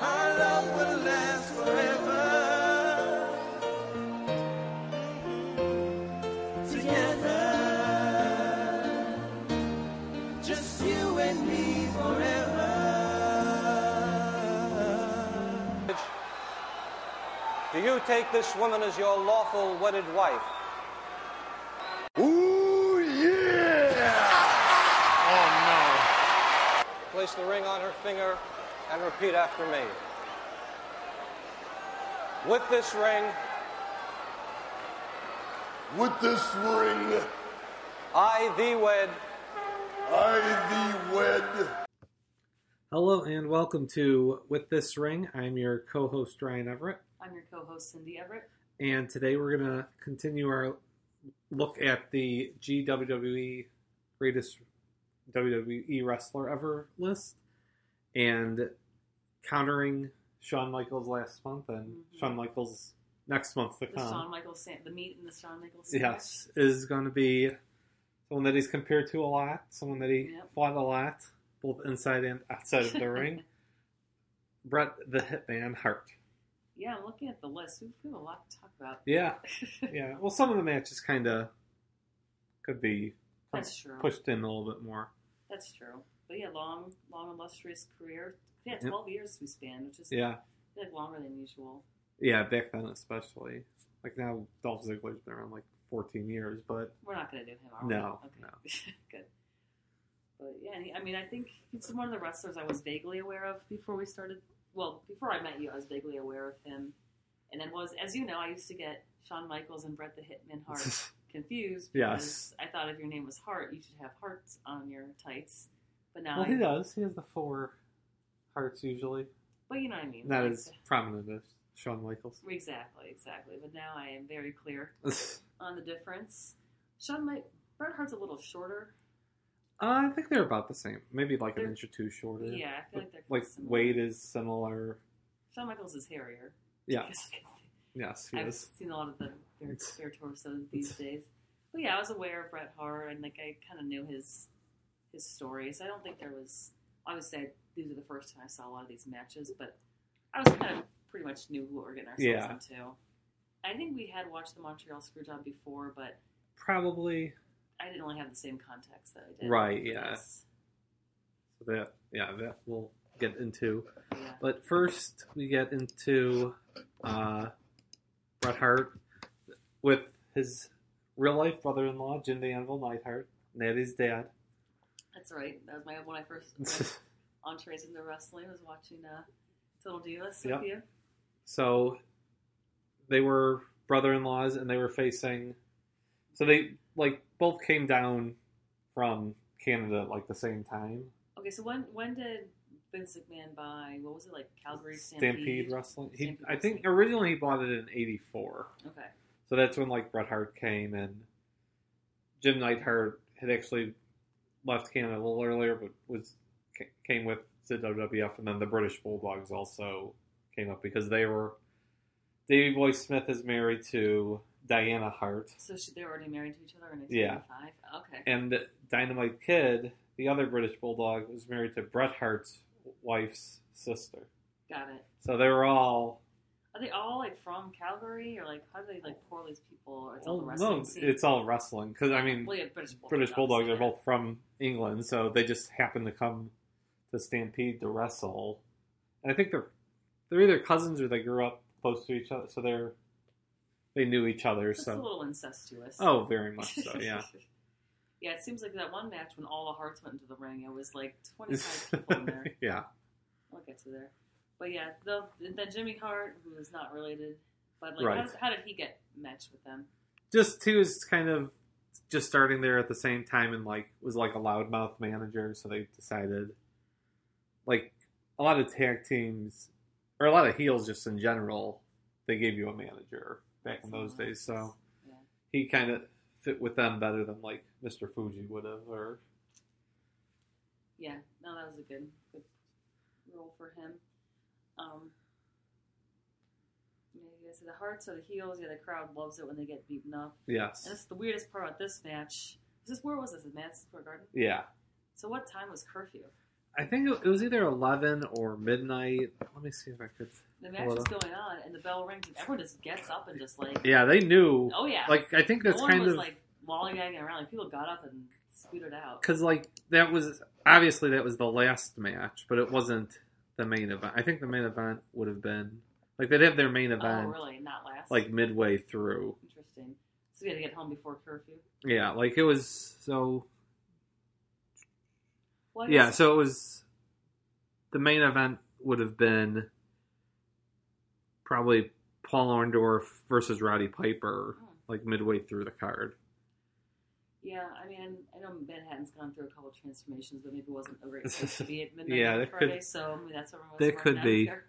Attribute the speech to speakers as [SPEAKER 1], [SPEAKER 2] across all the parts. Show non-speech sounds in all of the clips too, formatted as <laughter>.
[SPEAKER 1] Our love will last forever. Together. Just you and me forever.
[SPEAKER 2] Do you take this woman as your lawful wedded wife?
[SPEAKER 3] Ooh, yeah! Oh,
[SPEAKER 2] Place the ring on her finger and repeat after me. With this ring,
[SPEAKER 3] no. With this ring,
[SPEAKER 2] I thee wed.
[SPEAKER 3] I thee wed.
[SPEAKER 4] Hello and welcome to With This Ring. I'm your co host Ryan Everett,
[SPEAKER 5] I'm your co-host Cindy Everett.
[SPEAKER 4] and today we're going to continue our look at the GWWE E greatest WWE wrestler ever list and countering Shawn Michaels last month and
[SPEAKER 5] Mhm.
[SPEAKER 4] Shawn Michaels next month to
[SPEAKER 5] The Shawn
[SPEAKER 4] come.
[SPEAKER 5] Michaels sand, the meat and the Shawn Michaels sandwich.
[SPEAKER 4] Yes, is going to be someone that he's compared to a lot, someone that he
[SPEAKER 5] Yep.
[SPEAKER 4] fought a lot, both inside and outside of the
[SPEAKER 5] <laughs>
[SPEAKER 4] ring. Brett the Hitman Hart.
[SPEAKER 5] Yeah, I'm looking at the list. We've got a lot to talk about.
[SPEAKER 4] Yeah, yeah. Well, some of the matches kind of could be
[SPEAKER 5] That's true.
[SPEAKER 4] pushed in a little bit more.
[SPEAKER 5] <laughs> That's true. But yeah, long, long illustrious career. Yeah,
[SPEAKER 4] Yep.
[SPEAKER 5] 12 years we span, which is
[SPEAKER 4] Yeah,
[SPEAKER 5] like longer than usual.
[SPEAKER 4] yeah. Back then, especially like now, Dolph Ziggler's been around like 14 years, but
[SPEAKER 5] We're not going to do him, are we?
[SPEAKER 4] No,
[SPEAKER 5] Okay.
[SPEAKER 4] no.
[SPEAKER 5] <laughs> Good. But yeah, and he- I mean, I think he's one of the wrestlers I was vaguely aware of before we started. Well, before I met you, I was vaguely aware of him. And then was, as you know, I used to get Shawn Michaels and Brett the Hitman Hart
[SPEAKER 4] <laughs>
[SPEAKER 5] confused
[SPEAKER 4] Yes.
[SPEAKER 5] because I thought if your name was Hart, you should have hearts on your tights. But now,
[SPEAKER 4] well, he
[SPEAKER 5] I,
[SPEAKER 4] does. He has the four hearts usually.
[SPEAKER 5] but you know what I mean.
[SPEAKER 4] Not
[SPEAKER 5] like
[SPEAKER 4] as prominent as Shawn Michaels. <laughs>
[SPEAKER 5] the- exactly, exactly. But now I am very clear on the difference. Shawn, my Bret Hart's a little shorter.
[SPEAKER 4] Uh, I think they're about the same. Maybe like an
[SPEAKER 5] They're-
[SPEAKER 4] inch or two shorter.
[SPEAKER 5] Yeah, I feel
[SPEAKER 4] But,
[SPEAKER 5] like they're
[SPEAKER 4] like
[SPEAKER 5] similar.
[SPEAKER 4] weight is similar.
[SPEAKER 5] Shawn Michaels is hairier. <laughs>
[SPEAKER 4] Yeah. Yes, he
[SPEAKER 5] I've
[SPEAKER 4] is.
[SPEAKER 5] seen a lot of the, their,
[SPEAKER 4] It's-
[SPEAKER 5] their torsos these days. But yeah, I was aware of Bret Hart, and like I kind of knew his his story. So I don't think there was. Obviously, I, these are the first time I saw a lot of these matches, but I was kind of pretty much knew what we are getting ourselves
[SPEAKER 4] Yeah.
[SPEAKER 5] into. I think we had watched the Montreal Screwjob before, but
[SPEAKER 4] Probably
[SPEAKER 5] I didn't really have the same context that I did.
[SPEAKER 4] Right,
[SPEAKER 5] for
[SPEAKER 4] yeah.
[SPEAKER 5] this.
[SPEAKER 4] So that yeah, that we'll get into.
[SPEAKER 5] Yeah.
[SPEAKER 4] But first we get into uh, Bret Hart with his real life brother in law, Jim the Anvil Neidhart, Natty's dad. <laughs>
[SPEAKER 5] That's right. That was my when I first went entrees into wrestling. I was watching uh, Total Divas
[SPEAKER 4] Yep.
[SPEAKER 5] with you.
[SPEAKER 4] so they were brother in laws and they were facing so they like both came down from Canada at, like the same time.
[SPEAKER 5] Okay, so when when did Vince McMahon buy? What was it like? Calgary Stampede.
[SPEAKER 4] Stampede wrestling. He,
[SPEAKER 5] Stampede
[SPEAKER 4] I think
[SPEAKER 5] Wrestling.
[SPEAKER 4] originally he bought it in eighty four.
[SPEAKER 5] Okay.
[SPEAKER 4] So that's when like Bret Hart came and Jim Neidhart had actually left Canada a little earlier, but was ca- came with the WWF, and then the British Bulldogs also came up because they were Davey Boy Smith is married to Diana Hart,
[SPEAKER 5] So she, they were already married to each other in 1995.
[SPEAKER 4] Yeah.
[SPEAKER 5] Okay.
[SPEAKER 4] and Dynamite Kid, the other British Bulldog, was married to Bret Hart's wife's sister.
[SPEAKER 5] Got it.
[SPEAKER 4] So they were all
[SPEAKER 5] Are they all like from Calgary or like how do they like pour these people? Or it's all
[SPEAKER 4] well,
[SPEAKER 5] the wrestling
[SPEAKER 4] Oh, no,
[SPEAKER 5] scene.
[SPEAKER 4] it's all wrestling because I mean
[SPEAKER 5] well, yeah, British Bulldogs.
[SPEAKER 4] British Bulldogs are
[SPEAKER 5] yeah.
[SPEAKER 4] both from England, so they just happen to come to Stampede to wrestle. And I think they're they're either cousins or they grew up close to each other, so they're they knew each other.
[SPEAKER 5] <laughs> It's a
[SPEAKER 4] So
[SPEAKER 5] little incestuous. <laughs>
[SPEAKER 4] oh, very much so. Yeah,
[SPEAKER 5] yeah, it seems like that one match when all the hearts went into the ring, it
[SPEAKER 4] <laughs>
[SPEAKER 5] was like 25 people in there.
[SPEAKER 4] yeah.
[SPEAKER 5] I'll get to there. But yeah, the, then Jimmy Hart, who is not related, but like,
[SPEAKER 4] Right.
[SPEAKER 5] how, does, how did he get matched with them?
[SPEAKER 4] Just he was kind of just starting there at the same time, and like was like a loudmouth manager. So they decided like a lot of tag teams or a lot of heels just in general, they gave you a manager back in those days. So.
[SPEAKER 5] Yeah.
[SPEAKER 4] he kind of fit with them better than like Mr. Fuji would have. Or
[SPEAKER 5] Yeah, no, that was a good good role for him. Um, you guys see the hearts or the heels. Yeah, the crowd loves it when they get beaten up. And
[SPEAKER 4] Yes.
[SPEAKER 5] that's the weirdest part about this match. Is this where was this? The Madison Square Garden.
[SPEAKER 4] Yeah.
[SPEAKER 5] So what time was curfew?
[SPEAKER 4] I think it was either 11 or midnight. Let me see if I could.
[SPEAKER 5] The match
[SPEAKER 4] Hold
[SPEAKER 5] is
[SPEAKER 4] on.
[SPEAKER 5] going on, and the bell rings, and everyone just gets up and just like,
[SPEAKER 4] Yeah, they knew.
[SPEAKER 5] oh yeah,
[SPEAKER 4] Like, I think that's
[SPEAKER 5] no one
[SPEAKER 4] kind
[SPEAKER 5] was
[SPEAKER 4] of.
[SPEAKER 5] like lollygagging around. Like people got up and scooted out.
[SPEAKER 4] Because, like, that was. Obviously, that was the last match, but it wasn't the main event. I think the main event would have been. Like, they'd have their main
[SPEAKER 5] Oh
[SPEAKER 4] event,
[SPEAKER 5] really? Not last.
[SPEAKER 4] like, midway through.
[SPEAKER 5] interesting. So we had to get home before curfew.
[SPEAKER 4] Yeah, like, it was so.
[SPEAKER 5] Well, I
[SPEAKER 4] Yeah,
[SPEAKER 5] guess-
[SPEAKER 4] so it was the main event would have been probably Paul Orndorff versus Roddy Piper,
[SPEAKER 5] Hmm.
[SPEAKER 4] like midway through the card.
[SPEAKER 5] Yeah, I mean, I know Manhattan's gone through a couple transformations, but maybe it wasn't
[SPEAKER 4] <laughs>
[SPEAKER 5] a great place to be at midnight
[SPEAKER 4] Yeah,
[SPEAKER 5] on
[SPEAKER 4] that could-
[SPEAKER 5] Friday. so I mean, that's what everyone was
[SPEAKER 4] that
[SPEAKER 5] running
[SPEAKER 4] could
[SPEAKER 5] out
[SPEAKER 4] be.
[SPEAKER 5] there.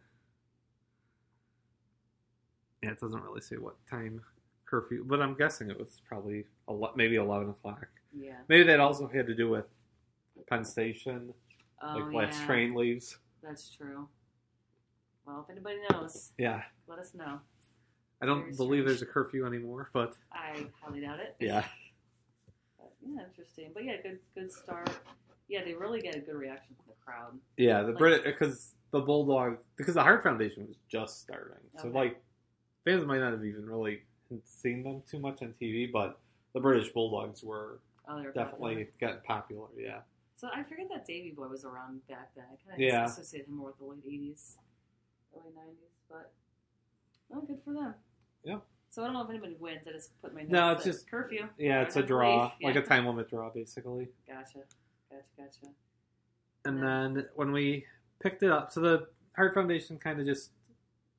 [SPEAKER 4] Yeah, it doesn't really say what time curfew, but I'm guessing it was probably ele- maybe 11 o'clock.
[SPEAKER 5] Yeah.
[SPEAKER 4] Maybe that also had to do with Penn Station,
[SPEAKER 5] Oh,
[SPEAKER 4] like last
[SPEAKER 5] yeah.
[SPEAKER 4] train leaves.
[SPEAKER 5] That's true. Well, if anybody knows,
[SPEAKER 4] Yeah,
[SPEAKER 5] let us know.
[SPEAKER 4] I don't
[SPEAKER 5] Very
[SPEAKER 4] believe
[SPEAKER 5] strange.
[SPEAKER 4] there's a curfew anymore, but
[SPEAKER 5] I highly doubt it.
[SPEAKER 4] yeah,
[SPEAKER 5] But, yeah, interesting. But yeah, good good start. Yeah, they really get a good reaction from the crowd.
[SPEAKER 4] yeah, the
[SPEAKER 5] Like-
[SPEAKER 4] Brit because the Bulldog because the Heart Foundation was just starting, so
[SPEAKER 5] Okay.
[SPEAKER 4] like fans might not have even really seen them too much on TV, but the British Bulldogs were
[SPEAKER 5] Oh, they're
[SPEAKER 4] definitely getting popular. Yeah,
[SPEAKER 5] So I forget that Davy Boy was around back then. I kind of
[SPEAKER 4] Yeah.
[SPEAKER 5] associate him more with the late eighties, early nineties. But oh, good for them.
[SPEAKER 4] Yeah.
[SPEAKER 5] So I don't know if anybody wins. I just put my notes
[SPEAKER 4] No, it's
[SPEAKER 5] that
[SPEAKER 4] just-
[SPEAKER 5] curfew.
[SPEAKER 4] yeah, it's a
[SPEAKER 5] Everyone
[SPEAKER 4] draw,
[SPEAKER 5] leave. Yeah.
[SPEAKER 4] like a time limit draw, basically.
[SPEAKER 5] Gotcha, gotcha, gotcha.
[SPEAKER 4] And then when we picked it up, so the Heart Foundation kind of just,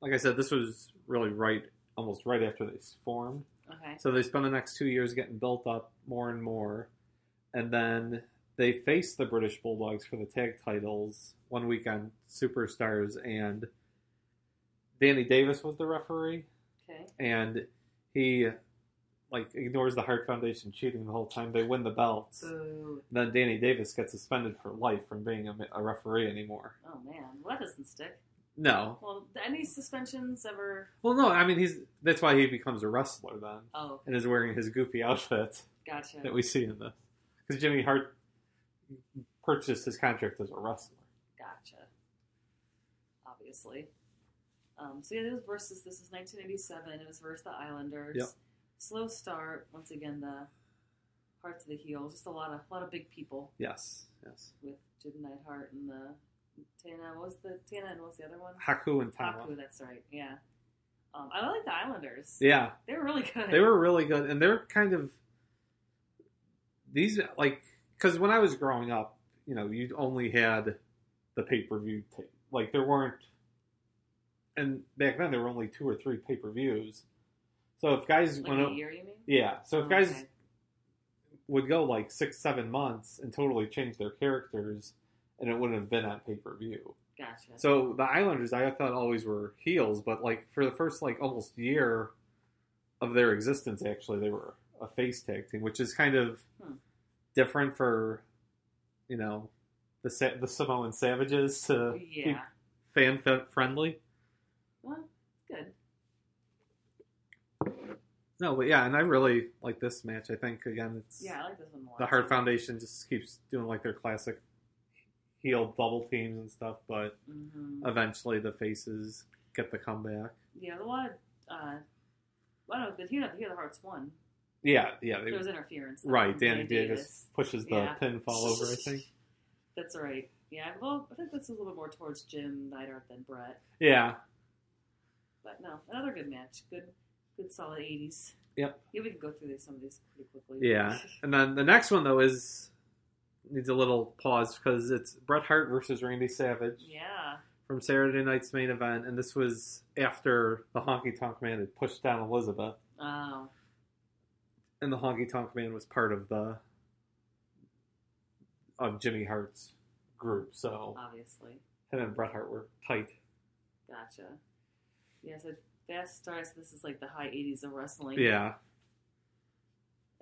[SPEAKER 4] like I said, this was really right, almost right after they formed.
[SPEAKER 5] Okay.
[SPEAKER 4] So they spent the next two years getting built up more and more. And then they faced the British Bulldogs for the tag titles one week on Superstars. And Danny Davis was the referee.
[SPEAKER 5] Okay.
[SPEAKER 4] And he, like, ignores the Heart Foundation cheating the whole time. They win the belts.
[SPEAKER 5] Boo.
[SPEAKER 4] Then Danny Davis gets suspended for life from being a, a referee anymore.
[SPEAKER 5] Oh man, well, that doesn't stick.
[SPEAKER 4] No.
[SPEAKER 5] Well, any suspensions ever?
[SPEAKER 4] Well, no. I mean, he's that's why he becomes a wrestler then,
[SPEAKER 5] Oh,
[SPEAKER 4] and is wearing his goofy outfit
[SPEAKER 5] gotcha.
[SPEAKER 4] that we see in this. Because Jimmy Hart purchased his contract as a wrestler.
[SPEAKER 5] Gotcha. Obviously. Um, so yeah, this was versus this is 1987. It was versus the Islanders.
[SPEAKER 4] Yep.
[SPEAKER 5] Slow start. Once again, the hearts of the heels. Just a lot of a lot of big people
[SPEAKER 4] Yes, yes.
[SPEAKER 5] with Jim Neidhart and the Tana. What was the Tana and what was the other one?
[SPEAKER 4] Haku and Tama.
[SPEAKER 5] Haku. That's right. Yeah. Um, I like the Islanders.
[SPEAKER 4] Yeah,
[SPEAKER 5] They were really good.
[SPEAKER 4] they were really good, and they're kind of these like because when I was growing up, you know, you only had the pay per view tape. Like there weren't, and back then there were only two or three pay per views. So if guys
[SPEAKER 5] like
[SPEAKER 4] went,
[SPEAKER 5] a
[SPEAKER 4] o-
[SPEAKER 5] year, you mean?
[SPEAKER 4] yeah, so if
[SPEAKER 5] Oh,
[SPEAKER 4] guys
[SPEAKER 5] okay.
[SPEAKER 4] would go like six, seven months and totally change their characters, and it wouldn't have been on pay per view.
[SPEAKER 5] Gotcha.
[SPEAKER 4] So the Islanders, I thought always were heels, but like for the first like almost year of their existence, actually they were a face tag team, which is kind of
[SPEAKER 5] Hmm.
[SPEAKER 4] different for you know the Sa- the Samoan Savages to
[SPEAKER 5] yeah.
[SPEAKER 4] fan fe- friendly.
[SPEAKER 5] Well, good.
[SPEAKER 4] No, but yeah, and I really like this match. I think again, it's
[SPEAKER 5] Yeah, I like this one more.
[SPEAKER 4] the Hart Foundation just keeps doing like their classic heel double teams and stuff, but
[SPEAKER 5] hmm
[SPEAKER 4] eventually the faces get the comeback.
[SPEAKER 5] Yeah, the lot of uh, well, no, but here, here the Hearts won.
[SPEAKER 4] Yeah, yeah, they,
[SPEAKER 5] There was interference. though,
[SPEAKER 4] right.
[SPEAKER 5] from
[SPEAKER 4] Danny Davis, pushes the
[SPEAKER 5] Yeah.
[SPEAKER 4] pinfall over. I <laughs> think.
[SPEAKER 5] That's right. Yeah, well, I think this is a little bit more towards Jim Neidhart than Brett,
[SPEAKER 4] Yeah,
[SPEAKER 5] but no, another good match. Good, good, solid eighties.
[SPEAKER 4] Yep.
[SPEAKER 5] Yeah, we can go through these, some of these pretty quickly.
[SPEAKER 4] yeah, and then the next one though is needs a little pause because it's Bret Hart versus Randy Savage
[SPEAKER 5] yeah.
[SPEAKER 4] from Saturday Night's main event, and this was after the Honky Tonk Man had pushed down Elizabeth,
[SPEAKER 5] Oh,
[SPEAKER 4] and the Honky Tonk Man was part of the of Jimmy Hart's group, so
[SPEAKER 5] obviously,
[SPEAKER 4] him and Bret Hart were tight.
[SPEAKER 5] gotcha. Yeah, so fast starts. This is like the high eighties of wrestling.
[SPEAKER 4] Yeah,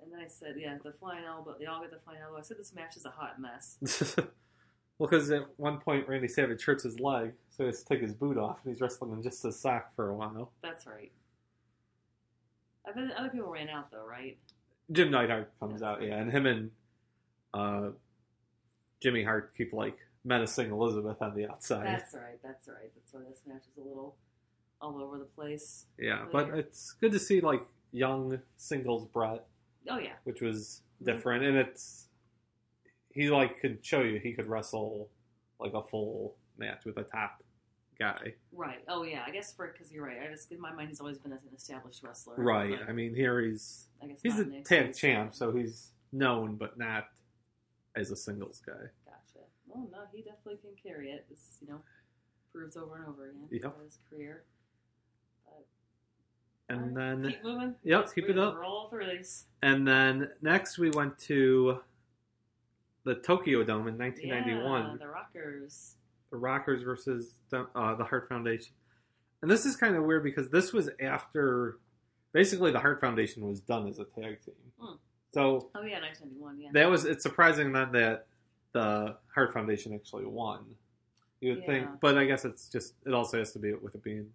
[SPEAKER 5] And then I said, yeah, the flying elbow. They all get the flying elbow. I said this match is a hot mess.
[SPEAKER 4] well, <laughs> Well, because at one point Randy Savage hurts his leg, so he has to take his boot off, and he's wrestling in just his sock for a while.
[SPEAKER 5] That's right. I bet other people ran out though, right?
[SPEAKER 4] Jim Neidhart comes
[SPEAKER 5] That's
[SPEAKER 4] out,
[SPEAKER 5] right.
[SPEAKER 4] yeah, and him and uh, Jimmy Hart keep like menacing Elizabeth on the outside.
[SPEAKER 5] That's right. That's right. That's why this match is a little all over the place.
[SPEAKER 4] yeah, but it's good to see like young singles Brett,
[SPEAKER 5] Oh yeah,
[SPEAKER 4] which was
[SPEAKER 5] Mhm.
[SPEAKER 4] different, and it's he like could show you he could wrestle like a full match with a top guy.
[SPEAKER 5] right. Oh yeah. I guess for because you're right. I just in my mind he's always been an established wrestler.
[SPEAKER 4] Right.
[SPEAKER 5] but
[SPEAKER 4] I mean, here he's
[SPEAKER 5] I guess
[SPEAKER 4] he's
[SPEAKER 5] not
[SPEAKER 4] a
[SPEAKER 5] in the
[SPEAKER 4] tag
[SPEAKER 5] X-
[SPEAKER 4] champ, so he's known but not as a singles guy.
[SPEAKER 5] Gotcha. Well, no, he definitely can carry it. This, you know, proves over and over again
[SPEAKER 4] Yep.
[SPEAKER 5] throughout his career.
[SPEAKER 4] And
[SPEAKER 5] All right,
[SPEAKER 4] then
[SPEAKER 5] keep moving.
[SPEAKER 4] Yep, keep
[SPEAKER 5] We
[SPEAKER 4] it up.
[SPEAKER 5] Roll through these.
[SPEAKER 4] And then next we went to the Tokyo Dome in 1991,
[SPEAKER 5] Yeah, the Rockers.
[SPEAKER 4] the Rockers versus the, uh, the Hart Foundation. And this is kind of weird because this was after basically the Hart Foundation was done as a tag team.
[SPEAKER 5] Hmm.
[SPEAKER 4] So
[SPEAKER 5] Oh yeah, 1991. Yeah.
[SPEAKER 4] that was it's surprising then that the Hart Foundation actually won. You would think,
[SPEAKER 5] Yeah.
[SPEAKER 4] but I guess it's just it also has to be with it being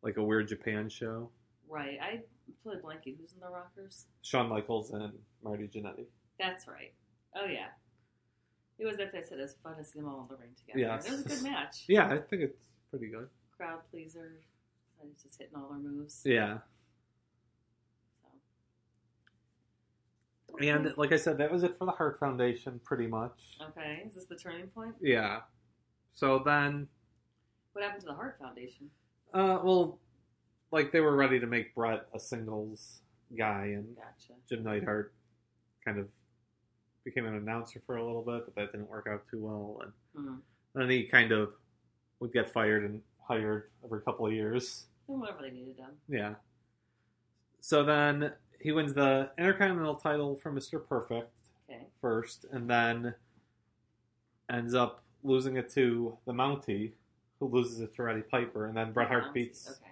[SPEAKER 4] like a weird Japan show.
[SPEAKER 5] right. I totally blanking. Who's in the Rockers?
[SPEAKER 4] Shawn Michaels and Marty Jannetty.
[SPEAKER 5] That's right. Oh yeah. It was, as I said, it was fun to see them all in the ring together.
[SPEAKER 4] Yes.
[SPEAKER 5] It was a good match.
[SPEAKER 4] Yeah, I think it's pretty good.
[SPEAKER 5] Crowd pleaser. I was just hitting all their moves.
[SPEAKER 4] Yeah.
[SPEAKER 5] So.
[SPEAKER 4] And like I said, that was it for the Heart Foundation, pretty much.
[SPEAKER 5] Okay, is this the turning point?
[SPEAKER 4] Yeah. So then,
[SPEAKER 5] What happened to the Hart Foundation?
[SPEAKER 4] uh, well, like they were ready to make Brett a singles guy, and
[SPEAKER 5] Gotcha.
[SPEAKER 4] Jim Neidhart kind of became an announcer for a little bit, but that didn't work out too well. And
[SPEAKER 5] Hmm.
[SPEAKER 4] then he kind of would get fired and hired every couple of years.
[SPEAKER 5] Then whatever they needed done.
[SPEAKER 4] Yeah. So then he wins the Intercontinental title from Mr. Perfect.
[SPEAKER 5] Okay.
[SPEAKER 4] first, and then ends up losing it to the Mountie, who loses it to Roddy Piper, and then Bret Hart beats
[SPEAKER 5] Okay.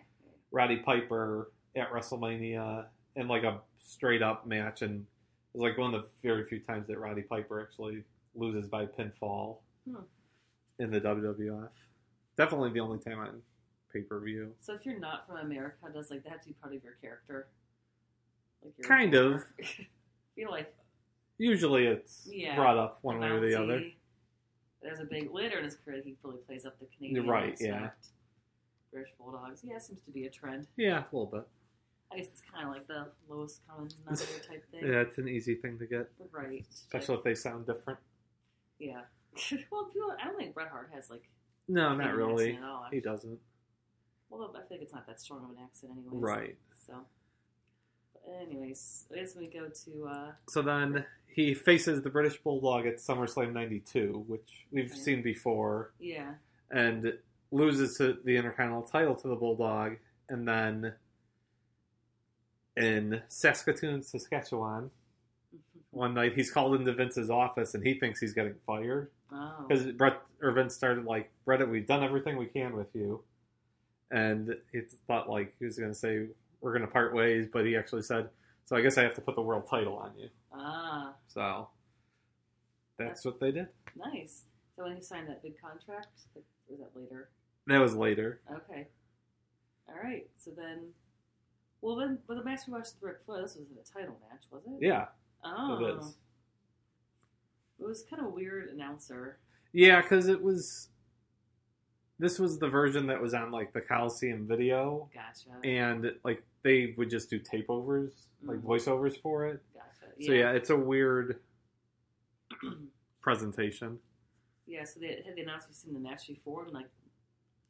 [SPEAKER 4] Roddy Piper at WrestleMania in like a straight up match, and it's like one of the very few times that Roddy Piper actually loses by pinfall
[SPEAKER 5] Hmm.
[SPEAKER 4] in the WWF. Definitely the only time on pay per view.
[SPEAKER 5] So if you're not from America, does like that have to be part of your character? Like your
[SPEAKER 4] Kind of.
[SPEAKER 5] <laughs> feel like
[SPEAKER 4] Usually it's
[SPEAKER 5] Yeah.
[SPEAKER 4] brought up one way or the
[SPEAKER 5] Bouncy.
[SPEAKER 4] other.
[SPEAKER 5] There's a big later in his career. He fully plays up the Canadian
[SPEAKER 4] Right,
[SPEAKER 5] aspect. British bulldogs. Yeah, seems to be a trend.
[SPEAKER 4] Yeah, a little bit.
[SPEAKER 5] I guess it's kind of like the lowest
[SPEAKER 4] <laughs>
[SPEAKER 5] common denominator type thing.
[SPEAKER 4] Yeah, it's an easy thing to get,
[SPEAKER 5] Right.
[SPEAKER 4] especially if they sound different.
[SPEAKER 5] Yeah. <laughs> well, people, I don't think Bret Hart has like
[SPEAKER 4] No,
[SPEAKER 5] an
[SPEAKER 4] not
[SPEAKER 5] accent
[SPEAKER 4] really.
[SPEAKER 5] At all.
[SPEAKER 4] He doesn't.
[SPEAKER 5] Well, I think it's not that strong of an accent, anyways.
[SPEAKER 4] Right.
[SPEAKER 5] So, but anyways, I guess we go to uh,
[SPEAKER 4] So then he faces the British Bulldog at SummerSlam 92, which we've
[SPEAKER 5] Okay.
[SPEAKER 4] seen before,
[SPEAKER 5] yeah,
[SPEAKER 4] and loses to the Intercontinental title to the Bulldog. And then in Saskatoon, Saskatchewan, one night he's called into Vince's office and he thinks he's getting fired.
[SPEAKER 5] oh,
[SPEAKER 4] because Brett or Vince started like, Brett, we've done everything we can with you, and he thought like he was going to say we're going to part ways, but he actually said, so I guess I have to put the world title on you.
[SPEAKER 5] ah,
[SPEAKER 4] So that's what they did.
[SPEAKER 5] nice. So when he signed that big contract, like, was that later?
[SPEAKER 4] That was later.
[SPEAKER 5] Okay. All right. So then, well, then, but the match we watched with Ric Flair, this wasn't a title match, was it?
[SPEAKER 4] Yeah,
[SPEAKER 5] Oh.
[SPEAKER 4] it is.
[SPEAKER 5] It was kind of weird announcer.
[SPEAKER 4] Yeah, because it was. This was the version that was on like the Coliseum video,
[SPEAKER 5] Gotcha.
[SPEAKER 4] and like they would just do tapeovers, like
[SPEAKER 5] Mhm.
[SPEAKER 4] voiceovers for it.
[SPEAKER 5] gotcha.
[SPEAKER 4] So yeah, it's a weird presentation.
[SPEAKER 5] Yeah, so they had the announcers seen the match before and like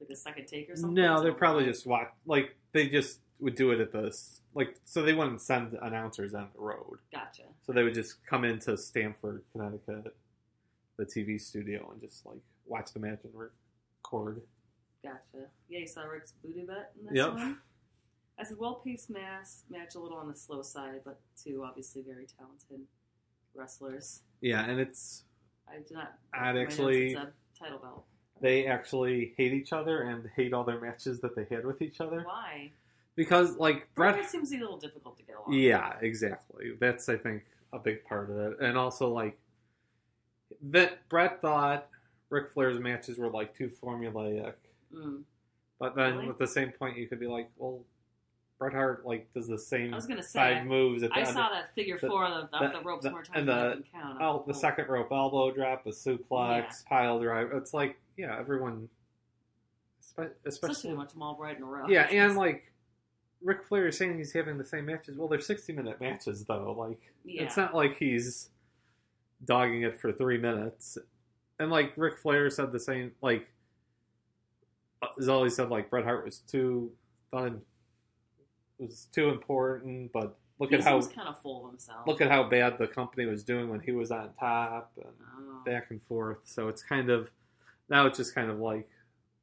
[SPEAKER 5] like a second take or something.
[SPEAKER 4] No, they're
[SPEAKER 5] So-
[SPEAKER 4] probably just watch. Like they just would do it at this. Like so, they wouldn't send announcers on the road,
[SPEAKER 5] gotcha.
[SPEAKER 4] so they would just come into Stamford, Connecticut, the TV studio, and just like watch the match and record.
[SPEAKER 5] Gotcha. Yeah, you saw Rick's booty butt in this
[SPEAKER 4] Yep.
[SPEAKER 5] one. I said well paced mass match a little on the slow side, but two obviously very talented wrestlers.
[SPEAKER 4] Yeah, and it's
[SPEAKER 5] I do not
[SPEAKER 4] I'd
[SPEAKER 5] my notes,
[SPEAKER 4] actually-
[SPEAKER 5] it's a title belt.
[SPEAKER 4] they actually hate each other and hate all their matches that they had with each other
[SPEAKER 5] Why?
[SPEAKER 4] because like
[SPEAKER 5] Brett
[SPEAKER 4] Brett.
[SPEAKER 5] seems to be a little difficult to get along. with.
[SPEAKER 4] <laughs> Yeah, exactly. That's I think a big part of it, and also like that Brett thought Ric Flair's matches were like too formulaic.
[SPEAKER 5] Mm.
[SPEAKER 4] But then
[SPEAKER 5] Really?
[SPEAKER 4] at the same point, you could be like, well, Bret Hart like does the same
[SPEAKER 5] I was gonna say,
[SPEAKER 4] five moves at the
[SPEAKER 5] I
[SPEAKER 4] end.
[SPEAKER 5] saw that figure
[SPEAKER 4] the-
[SPEAKER 5] four of the, of
[SPEAKER 4] the-
[SPEAKER 5] the ropes
[SPEAKER 4] the-
[SPEAKER 5] more
[SPEAKER 4] and
[SPEAKER 5] times than I
[SPEAKER 4] the-
[SPEAKER 5] can count. I'm
[SPEAKER 4] Oh,
[SPEAKER 5] like,
[SPEAKER 4] the second rope elbow drop, a suplex,
[SPEAKER 5] Yeah.
[SPEAKER 4] pile driver. It's like, yeah, everyone, espe-
[SPEAKER 5] Especially
[SPEAKER 4] especially,
[SPEAKER 5] when you watch them all right in a row.
[SPEAKER 4] yeah, and like Ric Flair is saying he's having the same matches. Well, they're sixty minute matches though. Like, it's
[SPEAKER 5] Yeah.
[SPEAKER 4] not like he's dogging it for three minutes. And like Ric Flair said the same, like Zolly said, like Bret Hart was too fun, was too important. But look
[SPEAKER 5] he
[SPEAKER 4] at how
[SPEAKER 5] seems kind of full of himself.
[SPEAKER 4] look at how bad the company was doing when he was on top. And,
[SPEAKER 5] Oh.
[SPEAKER 4] back and forth. So it's kind of now it's just kind of like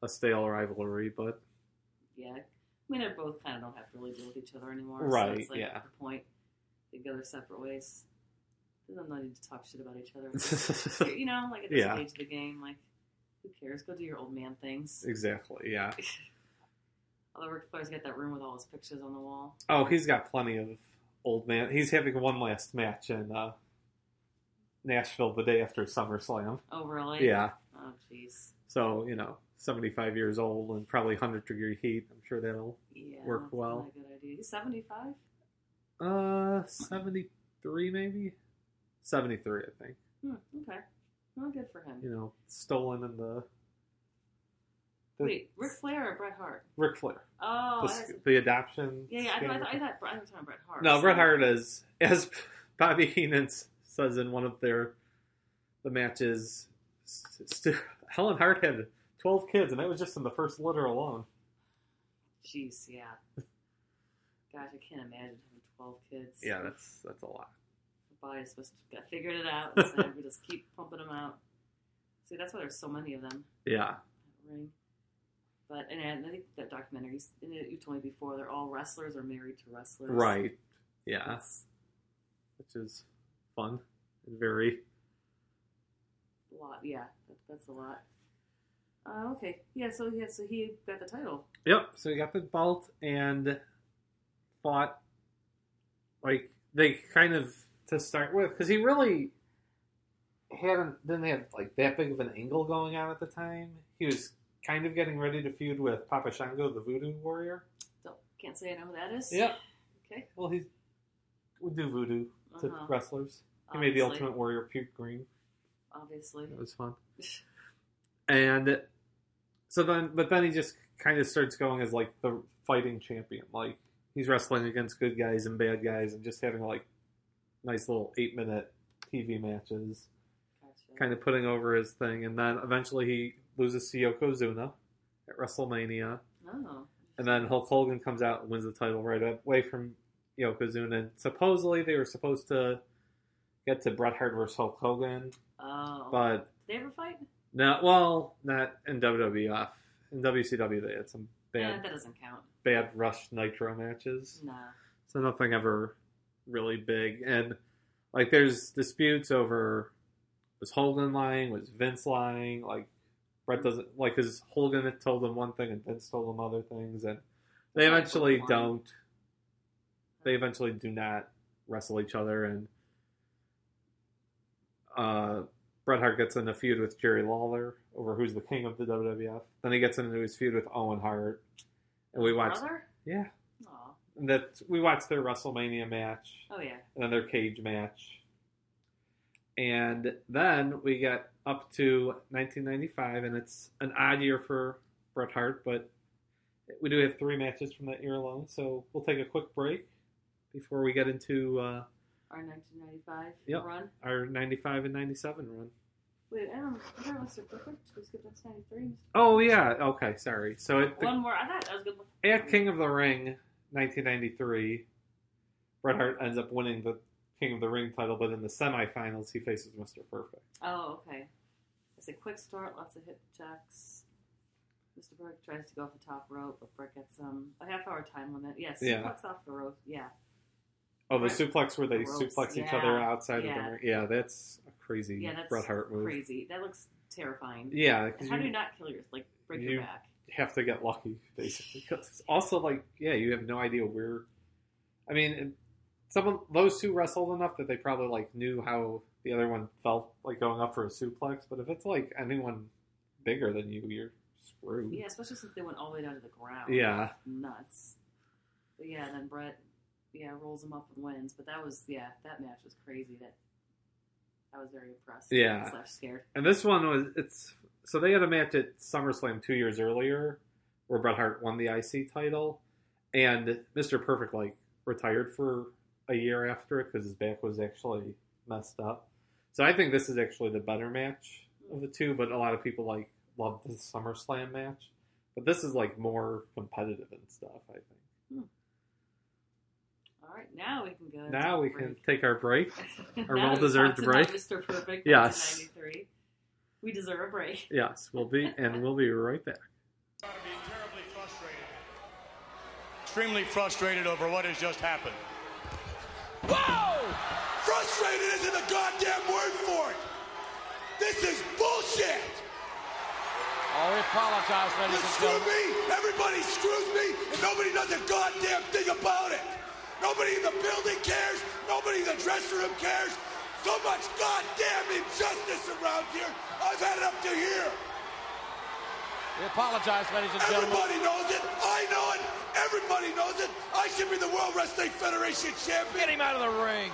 [SPEAKER 4] a stale rivalry, but <laughs>
[SPEAKER 5] Yeah, I mean they both kind of don't have to really deal with each other anymore. so
[SPEAKER 4] Right,
[SPEAKER 5] it's like,
[SPEAKER 4] yeah.
[SPEAKER 5] What's the point? They go their separate ways. They don't need to talk shit about each other.
[SPEAKER 4] <laughs>
[SPEAKER 5] you know, like at this
[SPEAKER 4] Yeah.
[SPEAKER 5] stage of the game, like who cares? Go do your old man things.
[SPEAKER 4] exactly, yeah.
[SPEAKER 5] Although Ric Flair's got that room with all his pictures on the wall.
[SPEAKER 4] Oh, he's got plenty of old man. He's having one last match in uh, Nashville the day after SummerSlam.
[SPEAKER 5] Oh, really?
[SPEAKER 4] Yeah,
[SPEAKER 5] Oh, jeez.
[SPEAKER 4] so you know, seventy-five years old and probably hundred degree heat. I'm sure that'll
[SPEAKER 5] Yeah.
[SPEAKER 4] Work
[SPEAKER 5] that's
[SPEAKER 4] well.
[SPEAKER 5] Not a good idea. He's seventy-five.
[SPEAKER 4] uh seventy-three maybe, seventy-three I think.
[SPEAKER 5] Hmm, okay. Well, good for him.
[SPEAKER 4] You know, stolen in the the-
[SPEAKER 5] Wait, Ric Flair or Bret Hart?
[SPEAKER 4] Ric Flair.
[SPEAKER 5] Oh, I
[SPEAKER 4] the,
[SPEAKER 5] was-
[SPEAKER 4] the adoption.
[SPEAKER 5] yeah, yeah. I,
[SPEAKER 4] scam.
[SPEAKER 5] thought- I, thought- I thought Bret- I was talking about Bret Hart.
[SPEAKER 4] no, Bret Hart is as <laughs> Bobby Heenan s- says in one of their the matches. St- st- Helen Hart had twelve kids, and that was just in the first litter alone.
[SPEAKER 5] Jeez, yeah. Gosh, I can't imagine having twelve kids.
[SPEAKER 4] Yeah, that's that's a lot.
[SPEAKER 5] the body's supposed to get figured it out.
[SPEAKER 4] <laughs>
[SPEAKER 5] So we just keep pumping them out. See, that's why there's so many of them.
[SPEAKER 4] Yeah,
[SPEAKER 5] Ring. But and I think that documentaries and you you told me before they're all wrestlers or married to wrestlers.
[SPEAKER 4] right. Yeah,
[SPEAKER 5] That's
[SPEAKER 4] which is fun and very
[SPEAKER 5] a lot. Yeah, that, that's a lot. Uh, okay. Yeah. So yeah. So he got the title.
[SPEAKER 4] Yep. So he got the belt and fought. Like they kind of to start with, because he really hadn't didn't have like that big of an angle going on at the time. He was kind of getting ready to feud with Papa Shango, the Voodoo Warrior.
[SPEAKER 5] So can't say I know who that is.
[SPEAKER 4] Yep.
[SPEAKER 5] Okay.
[SPEAKER 4] Well, he would do voodoo to
[SPEAKER 5] Uh-huh.
[SPEAKER 4] wrestlers. He made
[SPEAKER 5] obviously,
[SPEAKER 4] the Ultimate Warrior puke green.
[SPEAKER 5] Obviously.
[SPEAKER 4] That was fun. And so then, but then he just kind of starts going as like the fighting champion. Like he's wrestling against good guys and bad guys and just having like nice little eight minute TV matches,
[SPEAKER 5] Gotcha.
[SPEAKER 4] kind of putting over his thing. And then eventually he loses to Yokozuna at WrestleMania.
[SPEAKER 5] Oh.
[SPEAKER 4] And then Hulk Hogan comes out and wins the title right away from Yokozuna. And supposedly they were supposed to get to Bret Hart versus Hulk Hogan,
[SPEAKER 5] Oh.
[SPEAKER 4] but
[SPEAKER 5] Did they ever fight?
[SPEAKER 4] no, well, not in WWF. In WCW, they had some
[SPEAKER 5] Yeah,
[SPEAKER 4] bad,
[SPEAKER 5] Uh, that doesn't count.
[SPEAKER 4] bad Rush Nitro matches,
[SPEAKER 5] Nah.
[SPEAKER 4] so nothing ever really big. And like, there's disputes over was Hogan lying, was Vince lying? Like, Brett doesn't like because Hogan had told him one thing and Vince told him other things, and they
[SPEAKER 5] Like,
[SPEAKER 4] eventually
[SPEAKER 5] why?
[SPEAKER 4] don't. They eventually do not wrestle each other, and uh, Bret Hart gets in a feud with Jerry Lawler over who's the king of the WWF. Then he gets into his feud with Owen Hart, and we watch
[SPEAKER 5] Brother?
[SPEAKER 4] yeah
[SPEAKER 5] Aw.
[SPEAKER 4] and that we watched their WrestleMania match
[SPEAKER 5] Oh yeah.
[SPEAKER 4] and then their cage match, and then we get up to 1995, and it's an odd year for Bret Hart, but we do have three matches from that year alone. So we'll take a quick break before we get into uh,
[SPEAKER 5] Our 1995
[SPEAKER 4] Yep.
[SPEAKER 5] run.
[SPEAKER 4] our 95 and 97 run.
[SPEAKER 5] Wait, I don't. I don't know. Mr. Perfect. We skipped up to 93.
[SPEAKER 4] Oh yeah, okay, sorry. So at, the,
[SPEAKER 5] One more. I thought that was good. one.
[SPEAKER 4] at King of the Ring, 1993, Bret Hart ends up winning the King of the Ring title, but in the semifinals he faces Mr. Perfect.
[SPEAKER 5] Oh, okay. It's a quick start. Lots of hip checks. Mr. Burke tries to go off the top rope, but Burke gets um, a half hour time limit. Yes,
[SPEAKER 4] Yeah.
[SPEAKER 5] cuts off the rope. Yeah.
[SPEAKER 4] Oh, the
[SPEAKER 5] Right.
[SPEAKER 4] suplex where they
[SPEAKER 5] The ropes,
[SPEAKER 4] suplex each
[SPEAKER 5] yeah,
[SPEAKER 4] other outside of
[SPEAKER 5] yeah.
[SPEAKER 4] the ring. Yeah, that's a crazy
[SPEAKER 5] Yeah, that's
[SPEAKER 4] Bret Hart move.
[SPEAKER 5] crazy. That looks terrifying.
[SPEAKER 4] Yeah, 'cause
[SPEAKER 5] How do
[SPEAKER 4] you
[SPEAKER 5] you not kill your like break
[SPEAKER 4] you-
[SPEAKER 5] your back?
[SPEAKER 4] have to get lucky basically. 'Cause it's also, like, yeah, you have no idea where. I mean, and some of those two wrestled enough that they probably like knew how the other one felt like going up for a suplex. But if it's like anyone bigger than you, you're screwed.
[SPEAKER 5] Yeah, especially since they went all the way down to the ground.
[SPEAKER 4] Yeah.
[SPEAKER 5] Nuts. But yeah, then Brett, yeah, rolls him up and wins. But that was, yeah, that match was crazy. That I was very impressed.
[SPEAKER 4] Yeah.
[SPEAKER 5] Slash scared.
[SPEAKER 4] And this one was it's so they had a match at SummerSlam two years earlier where Bret Hart won the IC title, and Mr. Perfect like retired for a year after it because his back was actually messed up. So I think this is actually the better match of the two, but a lot of people like love the SummerSlam match. But this is like more competitive and stuff, I think.
[SPEAKER 5] All right, now we can go.
[SPEAKER 4] now
[SPEAKER 5] to
[SPEAKER 4] we
[SPEAKER 5] break.
[SPEAKER 4] can take our break.
[SPEAKER 5] Now
[SPEAKER 4] our
[SPEAKER 5] that we've
[SPEAKER 4] well-deserved
[SPEAKER 5] talked about
[SPEAKER 4] break.
[SPEAKER 5] Mr. Perfect.
[SPEAKER 4] Yes.
[SPEAKER 5] 1993. We deserve a break. <laughs>
[SPEAKER 4] Yes, we'll be and we'll be right back.
[SPEAKER 6] to be terribly frustrated. Extremely frustrated over what has just happened.
[SPEAKER 1] Whoa! Frustrated isn't a goddamn word for it. This is bullshit.
[SPEAKER 7] Oh, we apologize,
[SPEAKER 1] You
[SPEAKER 7] ladies and
[SPEAKER 1] screw
[SPEAKER 7] gentlemen.
[SPEAKER 1] me. Everybody screws me, and nobody does a goddamn thing about it. Nobody in the building cares. Nobody in the dressing room cares. So much goddamn injustice around here. I've had it up to here.
[SPEAKER 7] We apologize, ladies and gentlemen.
[SPEAKER 1] Everybody knows it. I know it. Everybody knows it. I should be the World Wrestling Federation
[SPEAKER 7] Get
[SPEAKER 1] champion.
[SPEAKER 7] him out of the ring.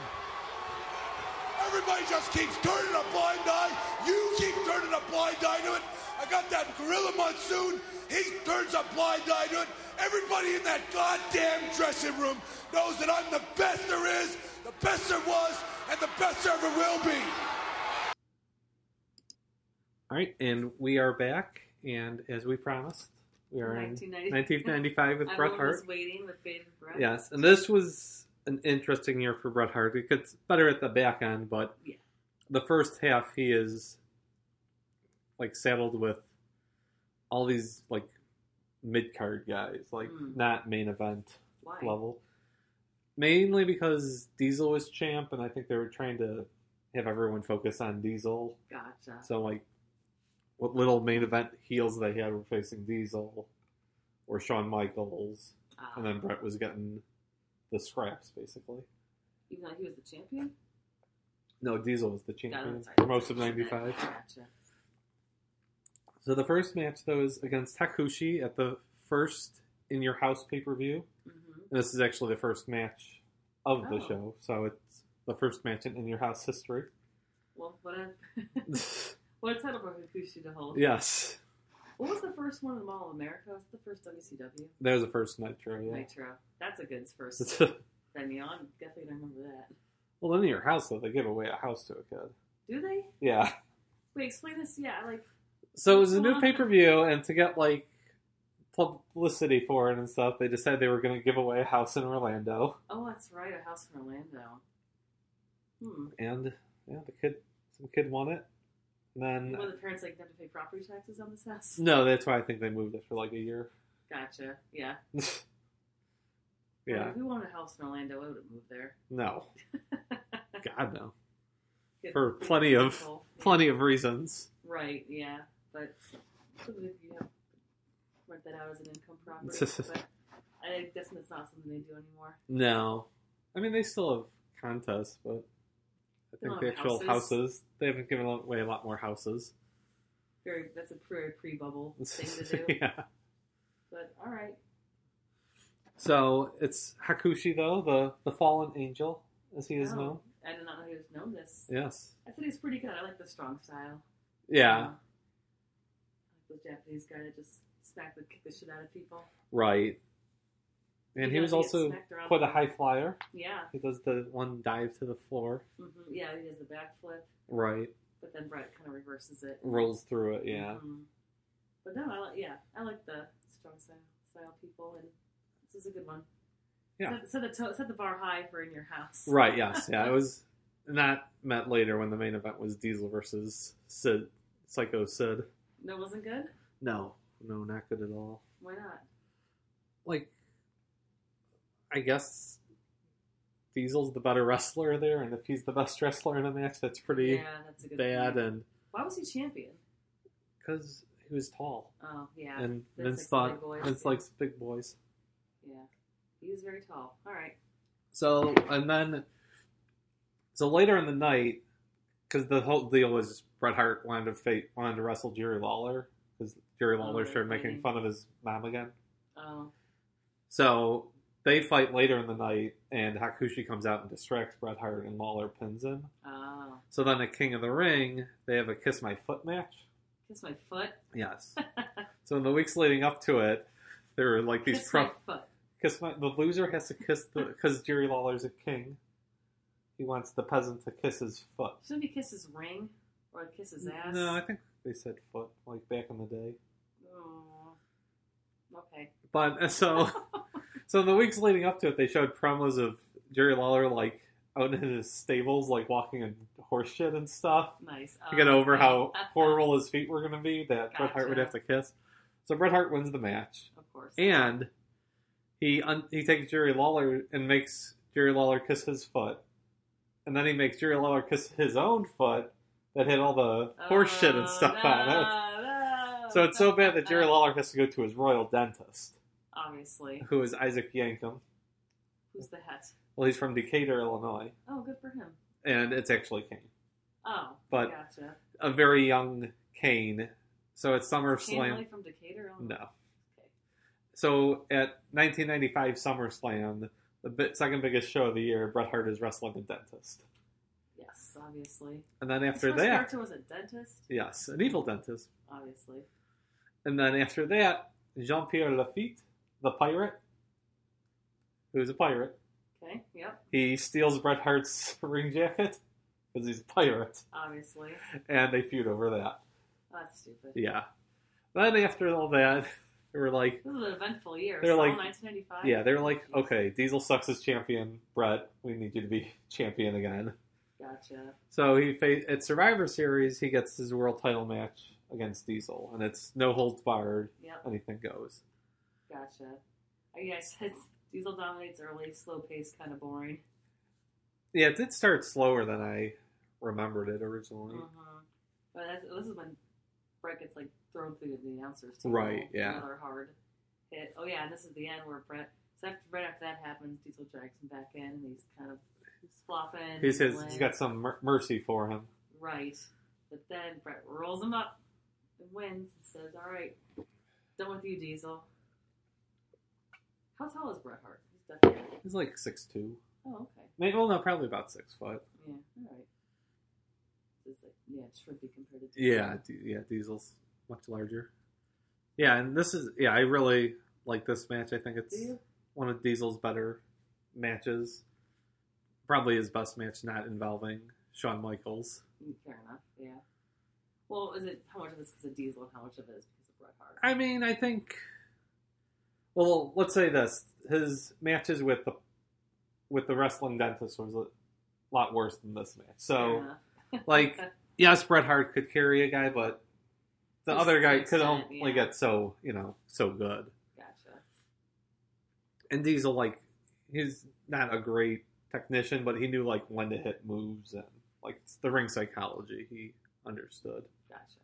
[SPEAKER 1] Everybody just keeps turning a blind eye. You keep turning a blind eye to it. I got that gorilla monsoon. He turns a blind eye to it. Everybody in that goddamn dressing room knows that I'm the best there is, the best there was, and the best there ever will be.
[SPEAKER 4] All right, and we are back, and as we promised, we are in
[SPEAKER 5] 1990.
[SPEAKER 4] 1995
[SPEAKER 5] <laughs>
[SPEAKER 4] with Bret
[SPEAKER 5] Everyone was
[SPEAKER 4] Hart.
[SPEAKER 5] waiting with bated breath.
[SPEAKER 4] Yes, and this was an interesting year for Bret Hart. It gets better at the back end, but
[SPEAKER 5] Yeah.
[SPEAKER 4] the first half he is like saddled with all these like mid card guys, like
[SPEAKER 5] Mm.
[SPEAKER 4] not main event
[SPEAKER 5] Why?
[SPEAKER 4] level. Mainly because Diesel was champ, and I think they were trying to have everyone focus on Diesel
[SPEAKER 5] Gotcha.
[SPEAKER 4] so like, what little main event heels they had were facing Diesel or Shawn Michaels,
[SPEAKER 5] Ah.
[SPEAKER 4] and then Brett was getting the scraps basically.
[SPEAKER 5] Even though he was the champion?
[SPEAKER 4] No, Diesel was the
[SPEAKER 5] Got it,
[SPEAKER 4] champion
[SPEAKER 5] sorry.
[SPEAKER 4] for most of '95.
[SPEAKER 5] Gotcha.
[SPEAKER 4] So the first match though is against Takushi at the first in your house pay per view,
[SPEAKER 5] hmm
[SPEAKER 4] and this is actually the first match of the
[SPEAKER 5] Oh.
[SPEAKER 4] show. So it's the first match in in your house history.
[SPEAKER 5] Well, what
[SPEAKER 4] <laughs>
[SPEAKER 5] a, what a title for Hakushi to hold.
[SPEAKER 4] yes,
[SPEAKER 5] What was the first one in Mall of America? Was the first WCW?
[SPEAKER 4] that was the first Nitro. Yeah.
[SPEAKER 5] Nitro. That's a good first <laughs> venue. I'm definitely going to remember that.
[SPEAKER 4] <laughs> well, in your house though, they give away a house to a kid.
[SPEAKER 5] Do they?
[SPEAKER 4] Yeah.
[SPEAKER 5] Wait, explain this. Yeah, I like.
[SPEAKER 4] So it was a new pay per view, and to get like publicity for it and stuff, they decided they were going to give away a house in Orlando,
[SPEAKER 5] Oh, that's right. A house in Orlando. Hmm.
[SPEAKER 4] and yeah, the kid, some kid won it. And
[SPEAKER 5] Were
[SPEAKER 4] then
[SPEAKER 5] the parents like have to pay property taxes on this house?
[SPEAKER 4] no, that's why I think they moved it for like a year.
[SPEAKER 5] Gotcha. Yeah.
[SPEAKER 4] yeah,
[SPEAKER 5] If we wanted a house in Orlando, I would have moved there. <laughs>
[SPEAKER 4] no, God no,
[SPEAKER 5] Get-
[SPEAKER 4] for plenty of plenty of reasons.
[SPEAKER 5] Right, yeah, but something if you have rent that out as an income
[SPEAKER 4] <laughs>
[SPEAKER 5] property, but I guess that's not something they do anymore.
[SPEAKER 4] No, I mean they still have contests, but I
[SPEAKER 5] They
[SPEAKER 4] think
[SPEAKER 5] don't
[SPEAKER 4] the
[SPEAKER 5] have
[SPEAKER 4] actual
[SPEAKER 5] houses.
[SPEAKER 4] houses they haven't given away a lot more houses.
[SPEAKER 5] Very, that's a very
[SPEAKER 4] <laughs>
[SPEAKER 5] pre-bubble thing to do.
[SPEAKER 4] yeah.
[SPEAKER 5] But
[SPEAKER 4] <laughs>
[SPEAKER 5] all right,
[SPEAKER 4] So it's Hakushi though, the the fallen angel, as he is
[SPEAKER 5] Oh,
[SPEAKER 4] known.
[SPEAKER 5] I did not know he was known this.
[SPEAKER 4] Yes.
[SPEAKER 5] I thought he was pretty good. I like the strong style.
[SPEAKER 4] Yeah.
[SPEAKER 5] Um, like the Japanese guy that just smack the kick the shit out of people.
[SPEAKER 4] Right. And he
[SPEAKER 5] Yeah,
[SPEAKER 4] was
[SPEAKER 5] he gets
[SPEAKER 4] also
[SPEAKER 5] smacked around
[SPEAKER 4] quite a
[SPEAKER 5] by-
[SPEAKER 4] high flyer.
[SPEAKER 5] Yeah,
[SPEAKER 4] He does the one dive to the floor.
[SPEAKER 5] hmm yeah, he does the backflip,
[SPEAKER 4] Right.
[SPEAKER 5] but then Brett kind of reverses it.
[SPEAKER 4] Rolls through it. Yeah.
[SPEAKER 5] Mhm. But no, I like yeah, I like the strong style, style people, and this is a good one.
[SPEAKER 4] Yeah.
[SPEAKER 5] Set, set the to- set the bar high for in your house.
[SPEAKER 4] Right. Yes. Yeah. It
[SPEAKER 5] <laughs>
[SPEAKER 4] was not met later when the main event was Diesel versus Sid, Psycho Sid.
[SPEAKER 5] That wasn't good.
[SPEAKER 4] No. No, not good at all.
[SPEAKER 5] Why not?
[SPEAKER 4] Like, I guess. Diesel's the better wrestler there, and if he's the best wrestler in a match, that's pretty
[SPEAKER 5] yeah, that's a good.
[SPEAKER 4] bad.
[SPEAKER 5] point.
[SPEAKER 4] And
[SPEAKER 5] Why was he champion?
[SPEAKER 4] Because he was tall.
[SPEAKER 5] Oh yeah,
[SPEAKER 4] and
[SPEAKER 5] that's
[SPEAKER 4] Vince
[SPEAKER 5] like
[SPEAKER 4] thought
[SPEAKER 5] the big boys,
[SPEAKER 4] Vince
[SPEAKER 5] yeah.
[SPEAKER 4] likes big boys.
[SPEAKER 5] yeah. He was very tall. All right.
[SPEAKER 4] So and then, so later in the night, because the whole deal was Bret Hart wanted to fate, wanted to wrestle Jerry Lawler because Jerry Lawler
[SPEAKER 5] they're
[SPEAKER 4] started making
[SPEAKER 5] fighting.
[SPEAKER 4] fun of his mom again.
[SPEAKER 5] Oh,
[SPEAKER 4] So they fight later in the night, and Hakushi comes out and distracts Bret Hart, and Lawler pins him.
[SPEAKER 5] oh,
[SPEAKER 4] So then at King of the Ring, they have a kiss my foot match.
[SPEAKER 5] kiss my foot. <laughs>
[SPEAKER 4] Yes. <laughs> so in the weeks leading up to it, there were like these
[SPEAKER 5] Kiss
[SPEAKER 4] pro-
[SPEAKER 5] my foot.
[SPEAKER 4] kiss my the loser has to kiss
[SPEAKER 5] <laughs>
[SPEAKER 4] the because Jerry Lawler's a king. He wants the peasant to kiss his foot.
[SPEAKER 5] Shouldn't he kiss his ring or kiss his ass?
[SPEAKER 4] No, I think they said foot like back in the day.
[SPEAKER 5] Oh. Okay.
[SPEAKER 4] But uh,
[SPEAKER 5] <laughs>
[SPEAKER 4] so so in the weeks leading up to it, they showed promos of Jerry Lawler like out in his stables, like walking in horse shit and stuff.
[SPEAKER 5] Nice.
[SPEAKER 4] to get over
[SPEAKER 5] <laughs>
[SPEAKER 4] how
[SPEAKER 5] okay.
[SPEAKER 4] horrible his feet were going to be that Bret Hart would have
[SPEAKER 5] Um, Gotcha.
[SPEAKER 4] to kiss. So Bret Hart wins the match,
[SPEAKER 5] Of course.
[SPEAKER 4] and he un- he takes Jerry Lawler and makes Jerry Lawler kiss his foot, and then he makes Jerry Lawler kiss his own foot that had all the
[SPEAKER 5] Oh,
[SPEAKER 4] horse shit and stuff on it.
[SPEAKER 5] it.
[SPEAKER 4] <laughs> So it's so bad that Jerry Lawler has to go to his royal dentist,
[SPEAKER 5] Uh, Obviously.
[SPEAKER 4] who is Isaac Yankum.
[SPEAKER 5] Who's the het?
[SPEAKER 4] Well, he's from Decatur, Illinois,
[SPEAKER 5] Oh, good for him.
[SPEAKER 4] and it's actually Kane,
[SPEAKER 5] Oh,
[SPEAKER 4] But-
[SPEAKER 5] gotcha.
[SPEAKER 4] a very young Kane. So it's
[SPEAKER 5] Came
[SPEAKER 4] SummerSlam.
[SPEAKER 5] really from Decatur? Oh,
[SPEAKER 4] No. So at 1995 SummerSlam, the bi- second biggest show of the year, Bret Hart is wrestling a dentist.
[SPEAKER 5] Yes, obviously.
[SPEAKER 4] And then after
[SPEAKER 5] His first
[SPEAKER 4] that,
[SPEAKER 5] character was a dentist,
[SPEAKER 4] yes, an evil dentist.
[SPEAKER 5] obviously.
[SPEAKER 4] And then after that, Jean Pierre Lafitte, the pirate, who's a pirate,
[SPEAKER 5] Okay, yep,
[SPEAKER 4] he steals Bret Hart's <laughs> ring jacket because he's a pirate,
[SPEAKER 5] obviously.
[SPEAKER 4] and they feud over that.
[SPEAKER 5] Oh, that's stupid.
[SPEAKER 4] Yeah. Then after all that, <laughs> they were like,
[SPEAKER 5] This is an eventful year.
[SPEAKER 4] They're
[SPEAKER 5] so
[SPEAKER 4] like-
[SPEAKER 5] 1995.
[SPEAKER 4] yeah, they're like, okay, Diesel sucks as champion. Bret, we need you to be <laughs> champion again.
[SPEAKER 5] Gotcha.
[SPEAKER 4] So he fa- at Survivor Series, he gets his world title match against Diesel, and it's no holds barred.
[SPEAKER 5] Yep,
[SPEAKER 4] Anything goes.
[SPEAKER 5] gotcha. I guess <laughs> it's Diesel dominates early, slow pace, kind of boring.
[SPEAKER 4] Yeah, it did start slower than I remembered it originally.
[SPEAKER 5] Mm-hmm. But that's, this is when Brett gets like thrown through the announcers table.
[SPEAKER 4] Right, yeah.
[SPEAKER 5] Another hard hit. Oh yeah, and this is the end where Brett. So after right after that happens, Diesel drags him back in, and he's kind of he's flopping.
[SPEAKER 4] He says
[SPEAKER 5] laying-
[SPEAKER 4] he's got some mer- mercy for him.
[SPEAKER 5] right, but then Brett rolls him up and wins and says, "All right, done with you, Diesel." How tall is Bret Hart? He's definitely.
[SPEAKER 4] He's like six two.
[SPEAKER 5] Oh, okay.
[SPEAKER 4] Maybe, well, no, probably about six foot.
[SPEAKER 5] Yeah. All right. It's like yeah, shrimpy compared to. Diesel.
[SPEAKER 4] Yeah, D- yeah, Diesel's much larger. Yeah, and this is yeah, I really like this match. I think it's
[SPEAKER 5] Do you?
[SPEAKER 4] one of Diesel's better matches. Probably his best match, not involving Shawn Michaels.
[SPEAKER 5] Mm, Fair enough. Yeah. Well, is it how much of this because of Diesel and how much of it is because of Bret Hart?
[SPEAKER 4] I mean, I think. Well, let's say this: his matches with the with the wrestling dentist was a lot worse than this match.
[SPEAKER 5] Fair
[SPEAKER 4] So,
[SPEAKER 5] enough.
[SPEAKER 4] like, yes, Bret Hart could carry a guy, but the
[SPEAKER 5] To
[SPEAKER 4] other guy
[SPEAKER 5] some
[SPEAKER 4] could
[SPEAKER 5] extent,
[SPEAKER 4] only
[SPEAKER 5] yeah.
[SPEAKER 4] get so you know so good.
[SPEAKER 5] gotcha.
[SPEAKER 4] And Diesel, like, he's not a great technician, but he knew like when to hit moves and like it's the ring psychology. He understood.
[SPEAKER 5] Gotcha.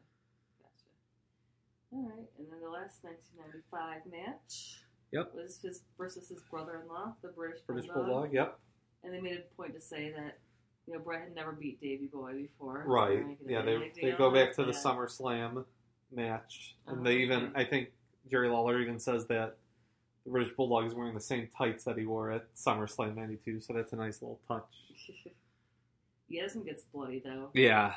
[SPEAKER 5] Gotcha. All right, and then the last 1995 match.
[SPEAKER 4] Yep.
[SPEAKER 5] Was his versus his brother-in-law, the British
[SPEAKER 4] British Bulldog, yep,
[SPEAKER 5] and they made a point to say that you know Bret had never beat Davey Boy before. so
[SPEAKER 4] Right.
[SPEAKER 5] they're making a
[SPEAKER 4] Yeah,
[SPEAKER 5] big
[SPEAKER 4] they, they
[SPEAKER 5] deal
[SPEAKER 4] go
[SPEAKER 5] out of
[SPEAKER 4] back to the
[SPEAKER 5] that. <laughs>
[SPEAKER 4] SummerSlam match. And
[SPEAKER 5] Uh-huh.
[SPEAKER 4] they even, I think Jerry Lawler even says that the British Bulldog is wearing the same tights that he wore at SummerSlam 92, so that's a nice little touch.
[SPEAKER 5] yeah, this one gets bloody though.
[SPEAKER 4] Yeah.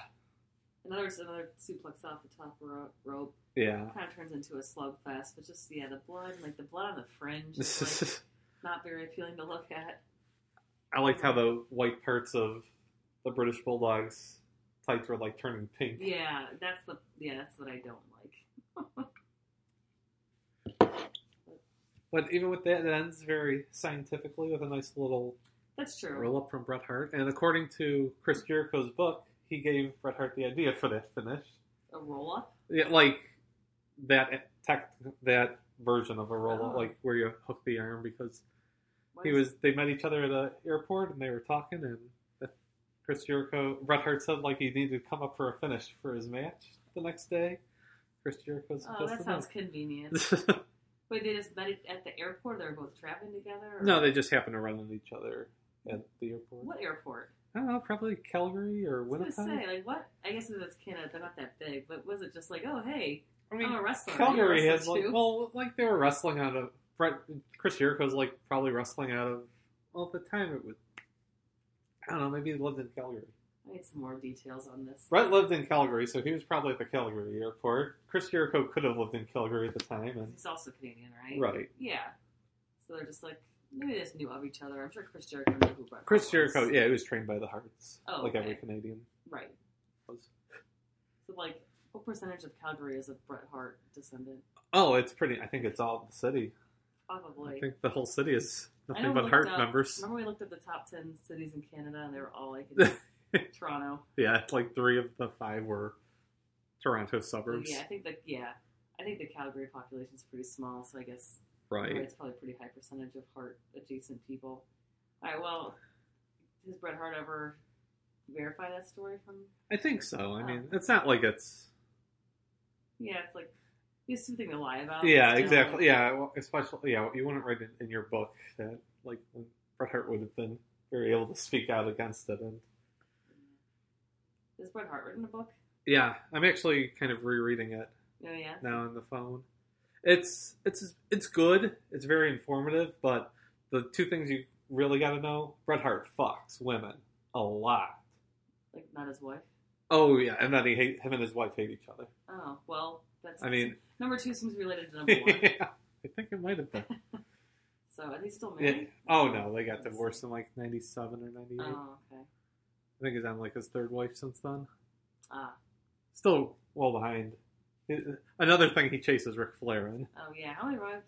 [SPEAKER 5] Another another suplex off the top ro- rope.
[SPEAKER 4] Yeah.
[SPEAKER 5] kind of turns into a slugfest, but just yeah, the blood, like the blood on the fringe,
[SPEAKER 4] <laughs>
[SPEAKER 5] is, like, not very appealing to look at.
[SPEAKER 4] <laughs> I liked how the white parts of the British Bulldog's tights were like turning pink.
[SPEAKER 5] Yeah, that's the yeah, that's what I don't like.
[SPEAKER 4] But even with that, it ends very scientifically with a nice little
[SPEAKER 5] That's true.
[SPEAKER 4] roll up from Bret Hart. And according to Chris Jericho's book, he gave Bret Hart the idea for that finish.
[SPEAKER 5] A roll up.
[SPEAKER 4] Yeah, like that tech, that version of a roll
[SPEAKER 5] Oh.
[SPEAKER 4] like where you hook the arm because
[SPEAKER 5] What
[SPEAKER 4] he
[SPEAKER 5] is-
[SPEAKER 4] was they met each other at an airport and they were talking and that- Chris Jericho Bret Hart said like he needed to come up for a finish for his match the next day. Chris Jericho
[SPEAKER 5] Oh, that
[SPEAKER 4] suggested
[SPEAKER 5] sounds
[SPEAKER 4] that. <laughs>
[SPEAKER 5] convenient. Wait, they just met it at the airport. They were both traveling together. Or
[SPEAKER 4] no, they just happened to run into each other at the airport.
[SPEAKER 5] What airport?
[SPEAKER 4] I don't know, probably Calgary or
[SPEAKER 5] I was
[SPEAKER 4] Winnipeg.
[SPEAKER 5] gonna say like what? I guess if it's Canada, they're not that big. But was it just like, oh hey,
[SPEAKER 4] I mean,
[SPEAKER 5] I'm a wrestler.
[SPEAKER 4] Calgary
[SPEAKER 5] You're a
[SPEAKER 4] has
[SPEAKER 5] wrestler
[SPEAKER 4] like
[SPEAKER 5] too.
[SPEAKER 4] well, like they were wrestling out of Fred, Chris Jericho's like probably wrestling out of well at the time it was I don't know maybe he lived in Calgary.
[SPEAKER 5] I need some more details on this.
[SPEAKER 4] Brett lived in Calgary, so he was probably at the Calgary airport. Chris Jericho could have lived in Calgary at the time,
[SPEAKER 5] He's also Canadian, right?
[SPEAKER 4] and right.
[SPEAKER 5] Yeah. So they're just like maybe they just knew of each other. I'm sure Chris Jericho knew who Bret
[SPEAKER 4] Chris
[SPEAKER 5] Hart
[SPEAKER 4] Jericho,
[SPEAKER 5] was.
[SPEAKER 4] yeah, he was trained by the Hearts,
[SPEAKER 5] Oh,
[SPEAKER 4] like every
[SPEAKER 5] okay.
[SPEAKER 4] Canadian
[SPEAKER 5] Right.
[SPEAKER 4] was.
[SPEAKER 5] So like, what percentage of Calgary is a Bret Hart descendant?
[SPEAKER 4] Oh, it's pretty. I think it's all the city. I
[SPEAKER 5] Probably.
[SPEAKER 4] think the whole city is
[SPEAKER 5] I
[SPEAKER 4] nothing
[SPEAKER 5] know
[SPEAKER 4] but
[SPEAKER 5] we
[SPEAKER 4] Heart
[SPEAKER 5] looked up-
[SPEAKER 4] members.
[SPEAKER 5] Remember we looked at the top ten cities in Canada and they were all like
[SPEAKER 4] <laughs>
[SPEAKER 5] in Toronto.
[SPEAKER 4] Yeah, it's like three of the five were Toronto suburbs.
[SPEAKER 5] Yeah, I think the yeah, I think the Calgary population is pretty small, so I guess
[SPEAKER 4] Right.
[SPEAKER 5] it's probably a pretty high percentage of heart adjacent people. All right, well, has Bret Hart ever verify that story from?
[SPEAKER 4] I think so. I
[SPEAKER 5] Oh.
[SPEAKER 4] mean, it's not like it's.
[SPEAKER 5] Yeah, it's like it's something to lie about.
[SPEAKER 4] Yeah,
[SPEAKER 5] Oh, It's kinda
[SPEAKER 4] exactly.
[SPEAKER 5] like-
[SPEAKER 4] Yeah, well, especially yeah, you wouldn't write it in your book that like Bret Hart would have been very able to speak out against it. And
[SPEAKER 5] Has Bret Hart written a book?
[SPEAKER 4] yeah, I'm actually kind of rereading it
[SPEAKER 5] Oh yeah.
[SPEAKER 4] now on the phone. It's it's it's good. It's very informative, but the two things you really got to know: Bret Hart fucks women a lot.
[SPEAKER 5] Like not his wife.
[SPEAKER 4] Oh yeah, and then he hate him and his wife hate each other.
[SPEAKER 5] Oh well, that's.
[SPEAKER 4] I mean,
[SPEAKER 5] <laughs> number two seems related to number one.
[SPEAKER 4] <laughs> yeah, I think it might
[SPEAKER 5] <laughs>
[SPEAKER 4] have been.
[SPEAKER 5] so are they still
[SPEAKER 4] Yeah.
[SPEAKER 5] married?
[SPEAKER 4] Oh no, they got divorced in like '97 or '98.
[SPEAKER 5] Oh okay.
[SPEAKER 4] I think he's on like his third wife since then.
[SPEAKER 5] Ah.
[SPEAKER 4] Still well behind. Another thing he chases Ric Flair in.
[SPEAKER 5] Oh yeah. How many wives?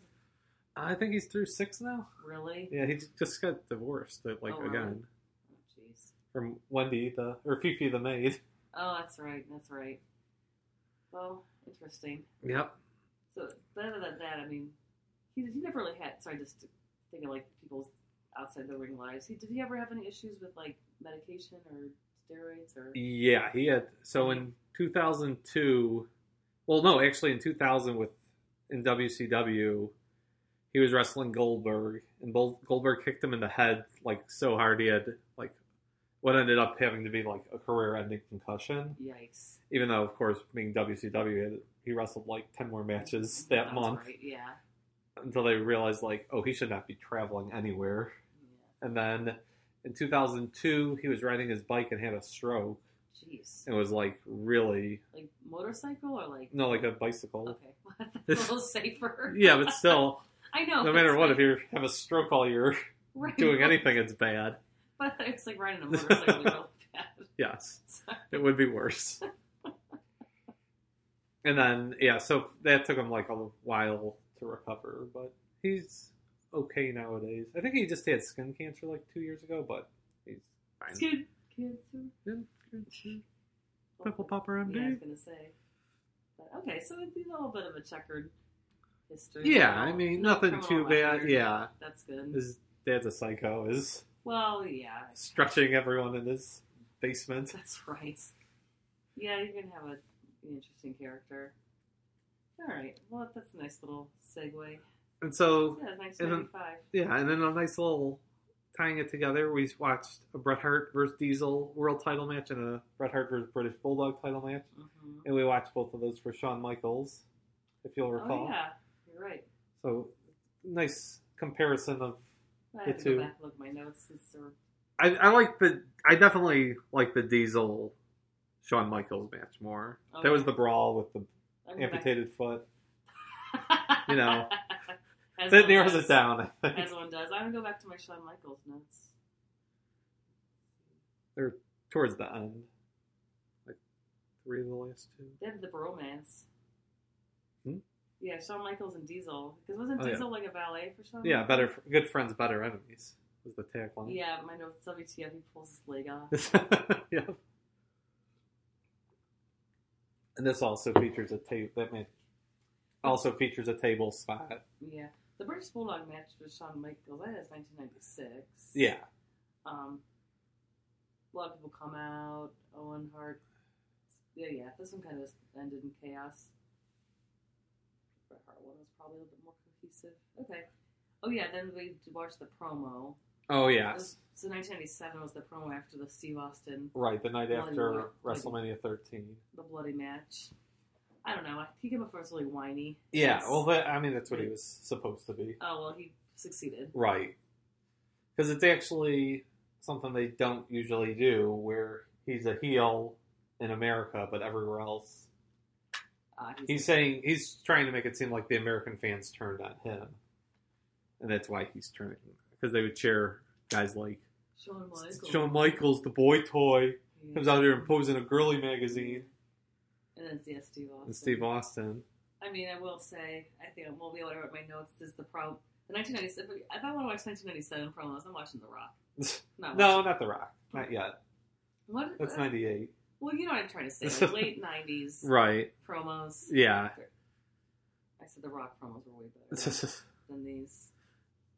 [SPEAKER 4] I think he's through six now.
[SPEAKER 5] Really?
[SPEAKER 4] Yeah, he just got divorced like
[SPEAKER 5] Oh, wow.
[SPEAKER 4] again
[SPEAKER 5] Oh jeez.
[SPEAKER 4] from Wendy the or Fifi the maid.
[SPEAKER 5] Oh, that's right. That's right. Well, interesting.
[SPEAKER 4] Yep.
[SPEAKER 5] So, other than that, I mean, he he never really had. Sorry, just to think of like people's outside the ring lives. He did he ever have any issues with like medication or steroids or?
[SPEAKER 4] Yeah, he had. So in 2002, well, no, actually in 2000 with in WCW, he was wrestling Goldberg, and Bol- Goldberg kicked him in the head like so hard he had like what ended up having to be like a career-ending concussion.
[SPEAKER 5] Yikes!
[SPEAKER 4] Even though, of course, being WCW, he, had, he wrestled like 10 more matches that
[SPEAKER 5] Sounds
[SPEAKER 4] month
[SPEAKER 5] right, Yeah.
[SPEAKER 4] until they realized like, oh, he should not be traveling anywhere.
[SPEAKER 5] Yeah.
[SPEAKER 4] And then in 2002, he was riding his bike and had a stroke.
[SPEAKER 5] Jeez.
[SPEAKER 4] It was like really
[SPEAKER 5] Like motorcycle or like?
[SPEAKER 4] No, like a bicycle.
[SPEAKER 5] Okay, <laughs> that's a little safer.
[SPEAKER 4] Yeah, but still,
[SPEAKER 5] <laughs> I know.
[SPEAKER 4] no matter what, if you have a stroke while you're
[SPEAKER 5] <laughs> you're
[SPEAKER 4] <laughs> doing anything, it's bad.
[SPEAKER 5] but it's
[SPEAKER 4] <laughs>
[SPEAKER 5] like riding a motorcycle. would be really bad. <laughs>
[SPEAKER 4] Yes,
[SPEAKER 5] So,
[SPEAKER 4] it would be worse. And then, yeah, so that took him like a while to recover, but he's okay nowadays. I think he just had skin cancer like two years ago, but he's
[SPEAKER 5] it's
[SPEAKER 4] fine.
[SPEAKER 5] good. Good. too. <laughs>
[SPEAKER 4] Pimple popper
[SPEAKER 5] Yeah, I was
[SPEAKER 4] MD.
[SPEAKER 5] gonna say. But okay, so it'd be a little bit of a checkered history.
[SPEAKER 4] Yeah,
[SPEAKER 5] No-
[SPEAKER 4] I mean
[SPEAKER 5] no
[SPEAKER 4] nothing too
[SPEAKER 5] criminal
[SPEAKER 4] bad.
[SPEAKER 5] record.
[SPEAKER 4] Yeah,
[SPEAKER 5] that's good.
[SPEAKER 4] his dad's a psycho. Is
[SPEAKER 5] Well, yeah,
[SPEAKER 4] stretching everyone in his basement.
[SPEAKER 5] that's right. Yeah, you can have a, an interesting character. All right, well, that's a nice little segue.
[SPEAKER 4] And so
[SPEAKER 5] Yeah, nice
[SPEAKER 4] And then-
[SPEAKER 5] ninety-five.
[SPEAKER 4] Yeah, and then a nice little tying it together. We watched a Bret Hart versus Diesel world title match and a Bret Hart versus British Bulldog title match,
[SPEAKER 5] Mm-hmm.
[SPEAKER 4] and we watched both of those for Shawn Michaels, if you'll recall.
[SPEAKER 5] Oh yeah, you're right.
[SPEAKER 4] So nice comparison of.
[SPEAKER 5] I
[SPEAKER 4] The
[SPEAKER 5] have to
[SPEAKER 4] two.
[SPEAKER 5] go back and look at my notes. Since they're-
[SPEAKER 4] I, I like the. I definitely like the Diesel, Shawn Michaels match more.
[SPEAKER 5] Oh,
[SPEAKER 4] That was
[SPEAKER 5] yeah.
[SPEAKER 4] the brawl with the
[SPEAKER 5] I'm going back-
[SPEAKER 4] amputated foot. you
[SPEAKER 5] <laughs>
[SPEAKER 4] know. That narrows it down. <laughs> I think
[SPEAKER 5] As one does. I'm gonna go back to my Shawn Michaels notes.
[SPEAKER 4] towards the end, like three of the last two.
[SPEAKER 5] They have the bromance.
[SPEAKER 4] Hmm?
[SPEAKER 5] Yeah, Shawn Michaels and Diesel. Because wasn't
[SPEAKER 4] Oh, yeah.
[SPEAKER 5] Diesel like a valet for Shawn?
[SPEAKER 4] Yeah, better good friends, better enemies was the tagline.
[SPEAKER 5] Yeah, my notes WTF, he pulls his leg
[SPEAKER 4] <laughs>
[SPEAKER 5] off.
[SPEAKER 4] yeah. And this also features a table. That meant also features a table spot.
[SPEAKER 5] yeah. The British Bulldog match with Shawn Michaels, that is 1996.
[SPEAKER 4] Yeah,
[SPEAKER 5] Um, a lot of people come out. Owen Hart. Yeah, yeah. This one kind of just ended in chaos. Bret Hart one was probably a little bit more cohesive. Okay. Oh yeah. Then we watched the promo.
[SPEAKER 4] Oh
[SPEAKER 5] It was-
[SPEAKER 4] yes.
[SPEAKER 5] So 1997 was the promo after the Steve Austin
[SPEAKER 4] Right. The night
[SPEAKER 5] Well, you
[SPEAKER 4] after
[SPEAKER 5] were-
[SPEAKER 4] WrestleMania 13.
[SPEAKER 5] the bloody match. I don't know. I think him at first really whiny.
[SPEAKER 4] Yeah,
[SPEAKER 5] It's-
[SPEAKER 4] well, that, I mean, that's what he was supposed to be.
[SPEAKER 5] oh well, he succeeded.
[SPEAKER 4] Right. Because it's actually something they don't usually do, where he's a heel in America, but everywhere else.
[SPEAKER 5] Uh,
[SPEAKER 4] He's saying, he's trying to make it seem like the American fans turned on him. And that's why he's turning. Because they would cheer guys like
[SPEAKER 5] Shawn Michaels.
[SPEAKER 4] Shawn Michaels, the boy toy,
[SPEAKER 5] Yeah.
[SPEAKER 4] comes out here and posing a girly magazine,
[SPEAKER 5] And then yeah, Steve Austin.
[SPEAKER 4] and Steve Austin.
[SPEAKER 5] I mean, I will say, I think I will be able to write my notes. Is the pro the 1997? If I want to watch 1997 promos, I'm watching The Rock.
[SPEAKER 4] <laughs>
[SPEAKER 5] Not
[SPEAKER 4] No,
[SPEAKER 5] watching-
[SPEAKER 4] not The Rock. Not yet.
[SPEAKER 5] What?
[SPEAKER 4] That's
[SPEAKER 5] uh,
[SPEAKER 4] 98.
[SPEAKER 5] Well, you know what I'm trying to
[SPEAKER 4] <laughs>
[SPEAKER 5] say. Like late 90s
[SPEAKER 4] Right. <laughs>
[SPEAKER 5] promos.
[SPEAKER 4] Yeah.
[SPEAKER 5] I said The Rock promos were way
[SPEAKER 4] <laughs>
[SPEAKER 5] better than these.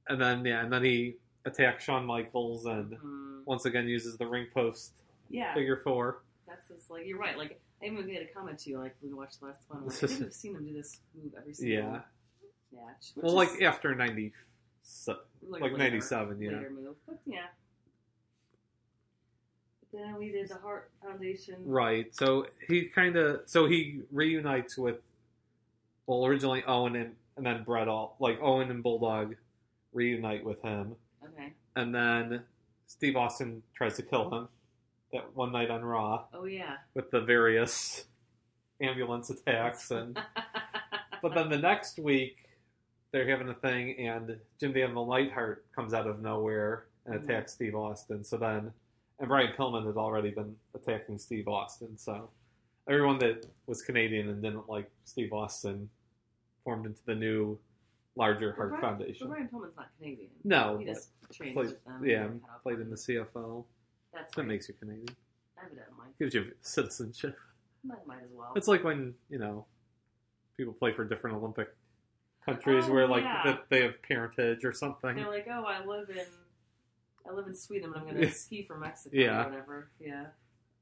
[SPEAKER 4] and then, yeah, and then he attacks Shawn Michaels and
[SPEAKER 5] Mm,
[SPEAKER 4] once again uses the ring post
[SPEAKER 5] yeah,
[SPEAKER 4] figure four.
[SPEAKER 5] that's just like you're right. Like I even made a comment to you like when we watched the last one. Like,
[SPEAKER 4] <laughs>
[SPEAKER 5] I think we've seen him do this move every single
[SPEAKER 4] Yeah.
[SPEAKER 5] match. which
[SPEAKER 4] Well,
[SPEAKER 5] is,
[SPEAKER 4] like after 90, so- like
[SPEAKER 5] later-
[SPEAKER 4] 97, yeah.
[SPEAKER 5] later move, but yeah. But then we did the Heart Foundation.
[SPEAKER 4] Right. So he kind of so he reunites with well originally Owen and and then Brett all like Owen and Bulldog reunite with him
[SPEAKER 5] Okay.
[SPEAKER 4] and then Steve Austin tries to kill him that one night on Raw <laughs>
[SPEAKER 5] Oh yeah.
[SPEAKER 4] with the various <laughs> ambulance attacks and but then the next week they're having a thing and Jim Van the Lightheart comes out of nowhere and
[SPEAKER 5] Mhm.
[SPEAKER 4] attacks Steve Austin. So then and Brian Pillman had already been attacking Steve Austin, so everyone that was Canadian and didn't like Steve Austin formed into the new larger
[SPEAKER 5] But
[SPEAKER 4] Heart
[SPEAKER 5] Brian-
[SPEAKER 4] Foundation.
[SPEAKER 5] But Brian Pillman's not Canadian.
[SPEAKER 4] No,
[SPEAKER 5] He just
[SPEAKER 4] but
[SPEAKER 5] trained
[SPEAKER 4] played,
[SPEAKER 5] with them.
[SPEAKER 4] yeah,
[SPEAKER 5] and cut out
[SPEAKER 4] played in
[SPEAKER 5] part
[SPEAKER 4] the
[SPEAKER 5] of it.
[SPEAKER 4] CFL.
[SPEAKER 5] That's
[SPEAKER 4] That
[SPEAKER 5] right.
[SPEAKER 4] makes you Canadian.
[SPEAKER 5] Evidently.
[SPEAKER 4] Gives you citizenship.
[SPEAKER 5] Might, might as well.
[SPEAKER 4] It's like when you know people play for different Olympic countries
[SPEAKER 5] Oh,
[SPEAKER 4] where like
[SPEAKER 5] yeah.
[SPEAKER 4] that they have parentage or something.
[SPEAKER 5] They're like, oh, I live in, I live in Sweden, but I'm going to ski for Mexico
[SPEAKER 4] Yeah.
[SPEAKER 5] or whatever. Yeah.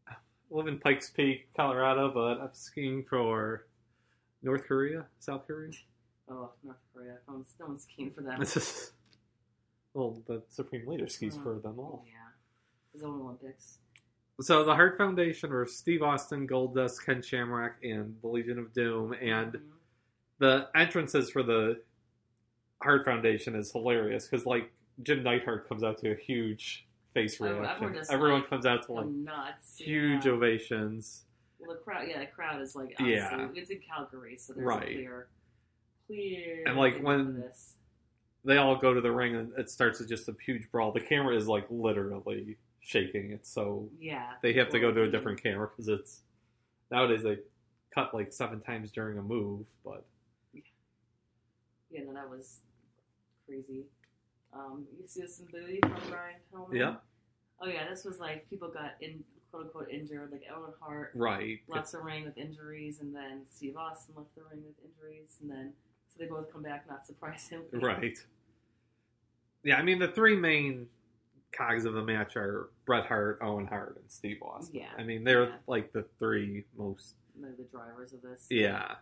[SPEAKER 4] I live in Pikes Peak, Colorado, but I'm skiing for North Korea, South Korea.
[SPEAKER 5] Oh, North Korea. No one's, no one's skiing for them.
[SPEAKER 4] well, the supreme leader skis for them
[SPEAKER 5] Oh,
[SPEAKER 4] all.
[SPEAKER 5] yeah. His own Olympics.
[SPEAKER 4] So the Hart Foundation were Steve Austin, Goldust, Ken Shamrock, and the Legion of Doom, and
[SPEAKER 5] Mhm.
[SPEAKER 4] the entrances for the Hart Foundation is hilarious because like Jim Neidhart comes out to a huge face
[SPEAKER 5] Oh, everyone
[SPEAKER 4] reaction.
[SPEAKER 5] just,
[SPEAKER 4] Everyone
[SPEAKER 5] like,
[SPEAKER 4] comes out to like
[SPEAKER 5] I'm nuts.
[SPEAKER 4] huge
[SPEAKER 5] Yeah.
[SPEAKER 4] ovations.
[SPEAKER 5] Well, the crowd, yeah, the crowd is like,
[SPEAKER 4] Yeah.
[SPEAKER 5] yeah, it's in Calgary, so there's
[SPEAKER 4] Right.
[SPEAKER 5] a clear, clear.
[SPEAKER 4] And, like,
[SPEAKER 5] thing for
[SPEAKER 4] when-
[SPEAKER 5] this.
[SPEAKER 4] They all go to the ring and it starts with just a huge brawl. The camera is like literally shaking. It's so
[SPEAKER 5] yeah,
[SPEAKER 4] they have to go to a different camera because it's nowadays they cut like seven times during a move. But
[SPEAKER 5] Yeah, no, that was crazy. Um, you see this in Booty from Brian Pillman?
[SPEAKER 4] Yeah.
[SPEAKER 5] Oh yeah, this was like people got in quote unquote injured, like Owen Hart
[SPEAKER 4] right,
[SPEAKER 5] left the ring with injuries, and then Steve Austin left the ring with injuries, and then so they both come back, not surprisingly.
[SPEAKER 4] Right. Yeah, I mean the three main cogs of the match are Bret Hart, Owen Hart, and Steve Austin.
[SPEAKER 5] Yeah.
[SPEAKER 4] I mean they're
[SPEAKER 5] Yeah.
[SPEAKER 4] like the three most
[SPEAKER 5] And They're the drivers of this.
[SPEAKER 4] Yeah.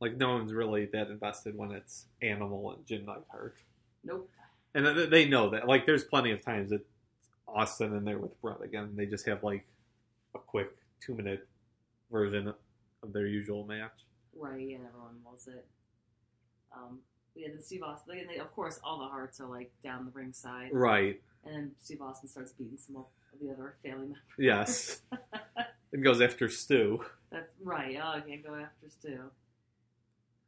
[SPEAKER 4] Like no one's really that invested when it's Animal and Jim Neidhart.
[SPEAKER 5] Nope.
[SPEAKER 4] And th- they know that. Like there's plenty of times that Austin and they're with Bret again. They just have like a quick two minute version of their usual match.
[SPEAKER 5] <laughs> Right, and everyone loves it. Um, yeah, then Steve Austin, and they, of course, all the hearts are like down the ringside,
[SPEAKER 4] Right.
[SPEAKER 5] and then Steve Austin starts beating some of the other family <laughs> members.
[SPEAKER 4] Yes. it goes after Stu.
[SPEAKER 5] That's right. Oh, I can't go after Stu.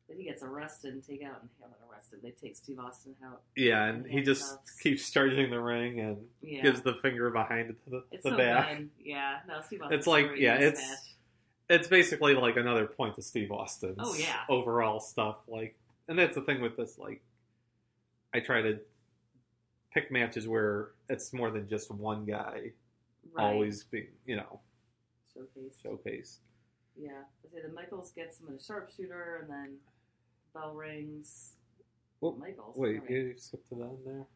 [SPEAKER 5] Then he gets arrested and take out and have him arrested. They take Steve Austin out.
[SPEAKER 4] Yeah, and he just
[SPEAKER 5] Handcuffs.
[SPEAKER 4] keeps charging the ring and
[SPEAKER 5] Yeah,
[SPEAKER 4] gives the finger behind it to the,
[SPEAKER 5] it's
[SPEAKER 4] the
[SPEAKER 5] so
[SPEAKER 4] back.
[SPEAKER 5] bad. Yeah, no, Steve Austin.
[SPEAKER 4] It's like- yeah, it's- It's basically like another point to Steve Austin's
[SPEAKER 5] Oh, yeah.
[SPEAKER 4] overall stuff. Like, and that's the thing with this. Like, I try to pick matches where it's more than just one guy
[SPEAKER 5] right.
[SPEAKER 4] always being, you know,
[SPEAKER 5] showcase.
[SPEAKER 4] showcased.
[SPEAKER 5] Yeah, I say then Michaels gets him in a sharpshooter, and then bell rings.
[SPEAKER 4] Well,
[SPEAKER 5] Michaels.
[SPEAKER 4] Oh, Wait,
[SPEAKER 5] alright.
[SPEAKER 4] you skipped to that in there?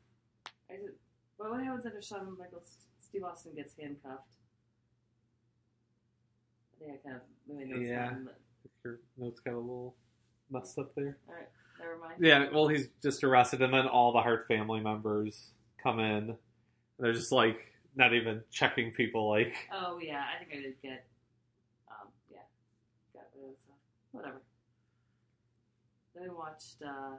[SPEAKER 5] I did, well, what happens after Shawn Michaels? Steve Austin gets handcuffed. I think I kind of maybe notes
[SPEAKER 4] Yeah.
[SPEAKER 5] that, but-
[SPEAKER 4] Your notes got a little messed up there.
[SPEAKER 5] All right, never mind.
[SPEAKER 4] Yeah, well, he's just arrested, and then all the Hart family members come in. And they're just like not even checking people. Like,
[SPEAKER 5] Oh yeah, I think I did get. Um, yeah, got rid of stuff. whatever. Then we watched. Uh,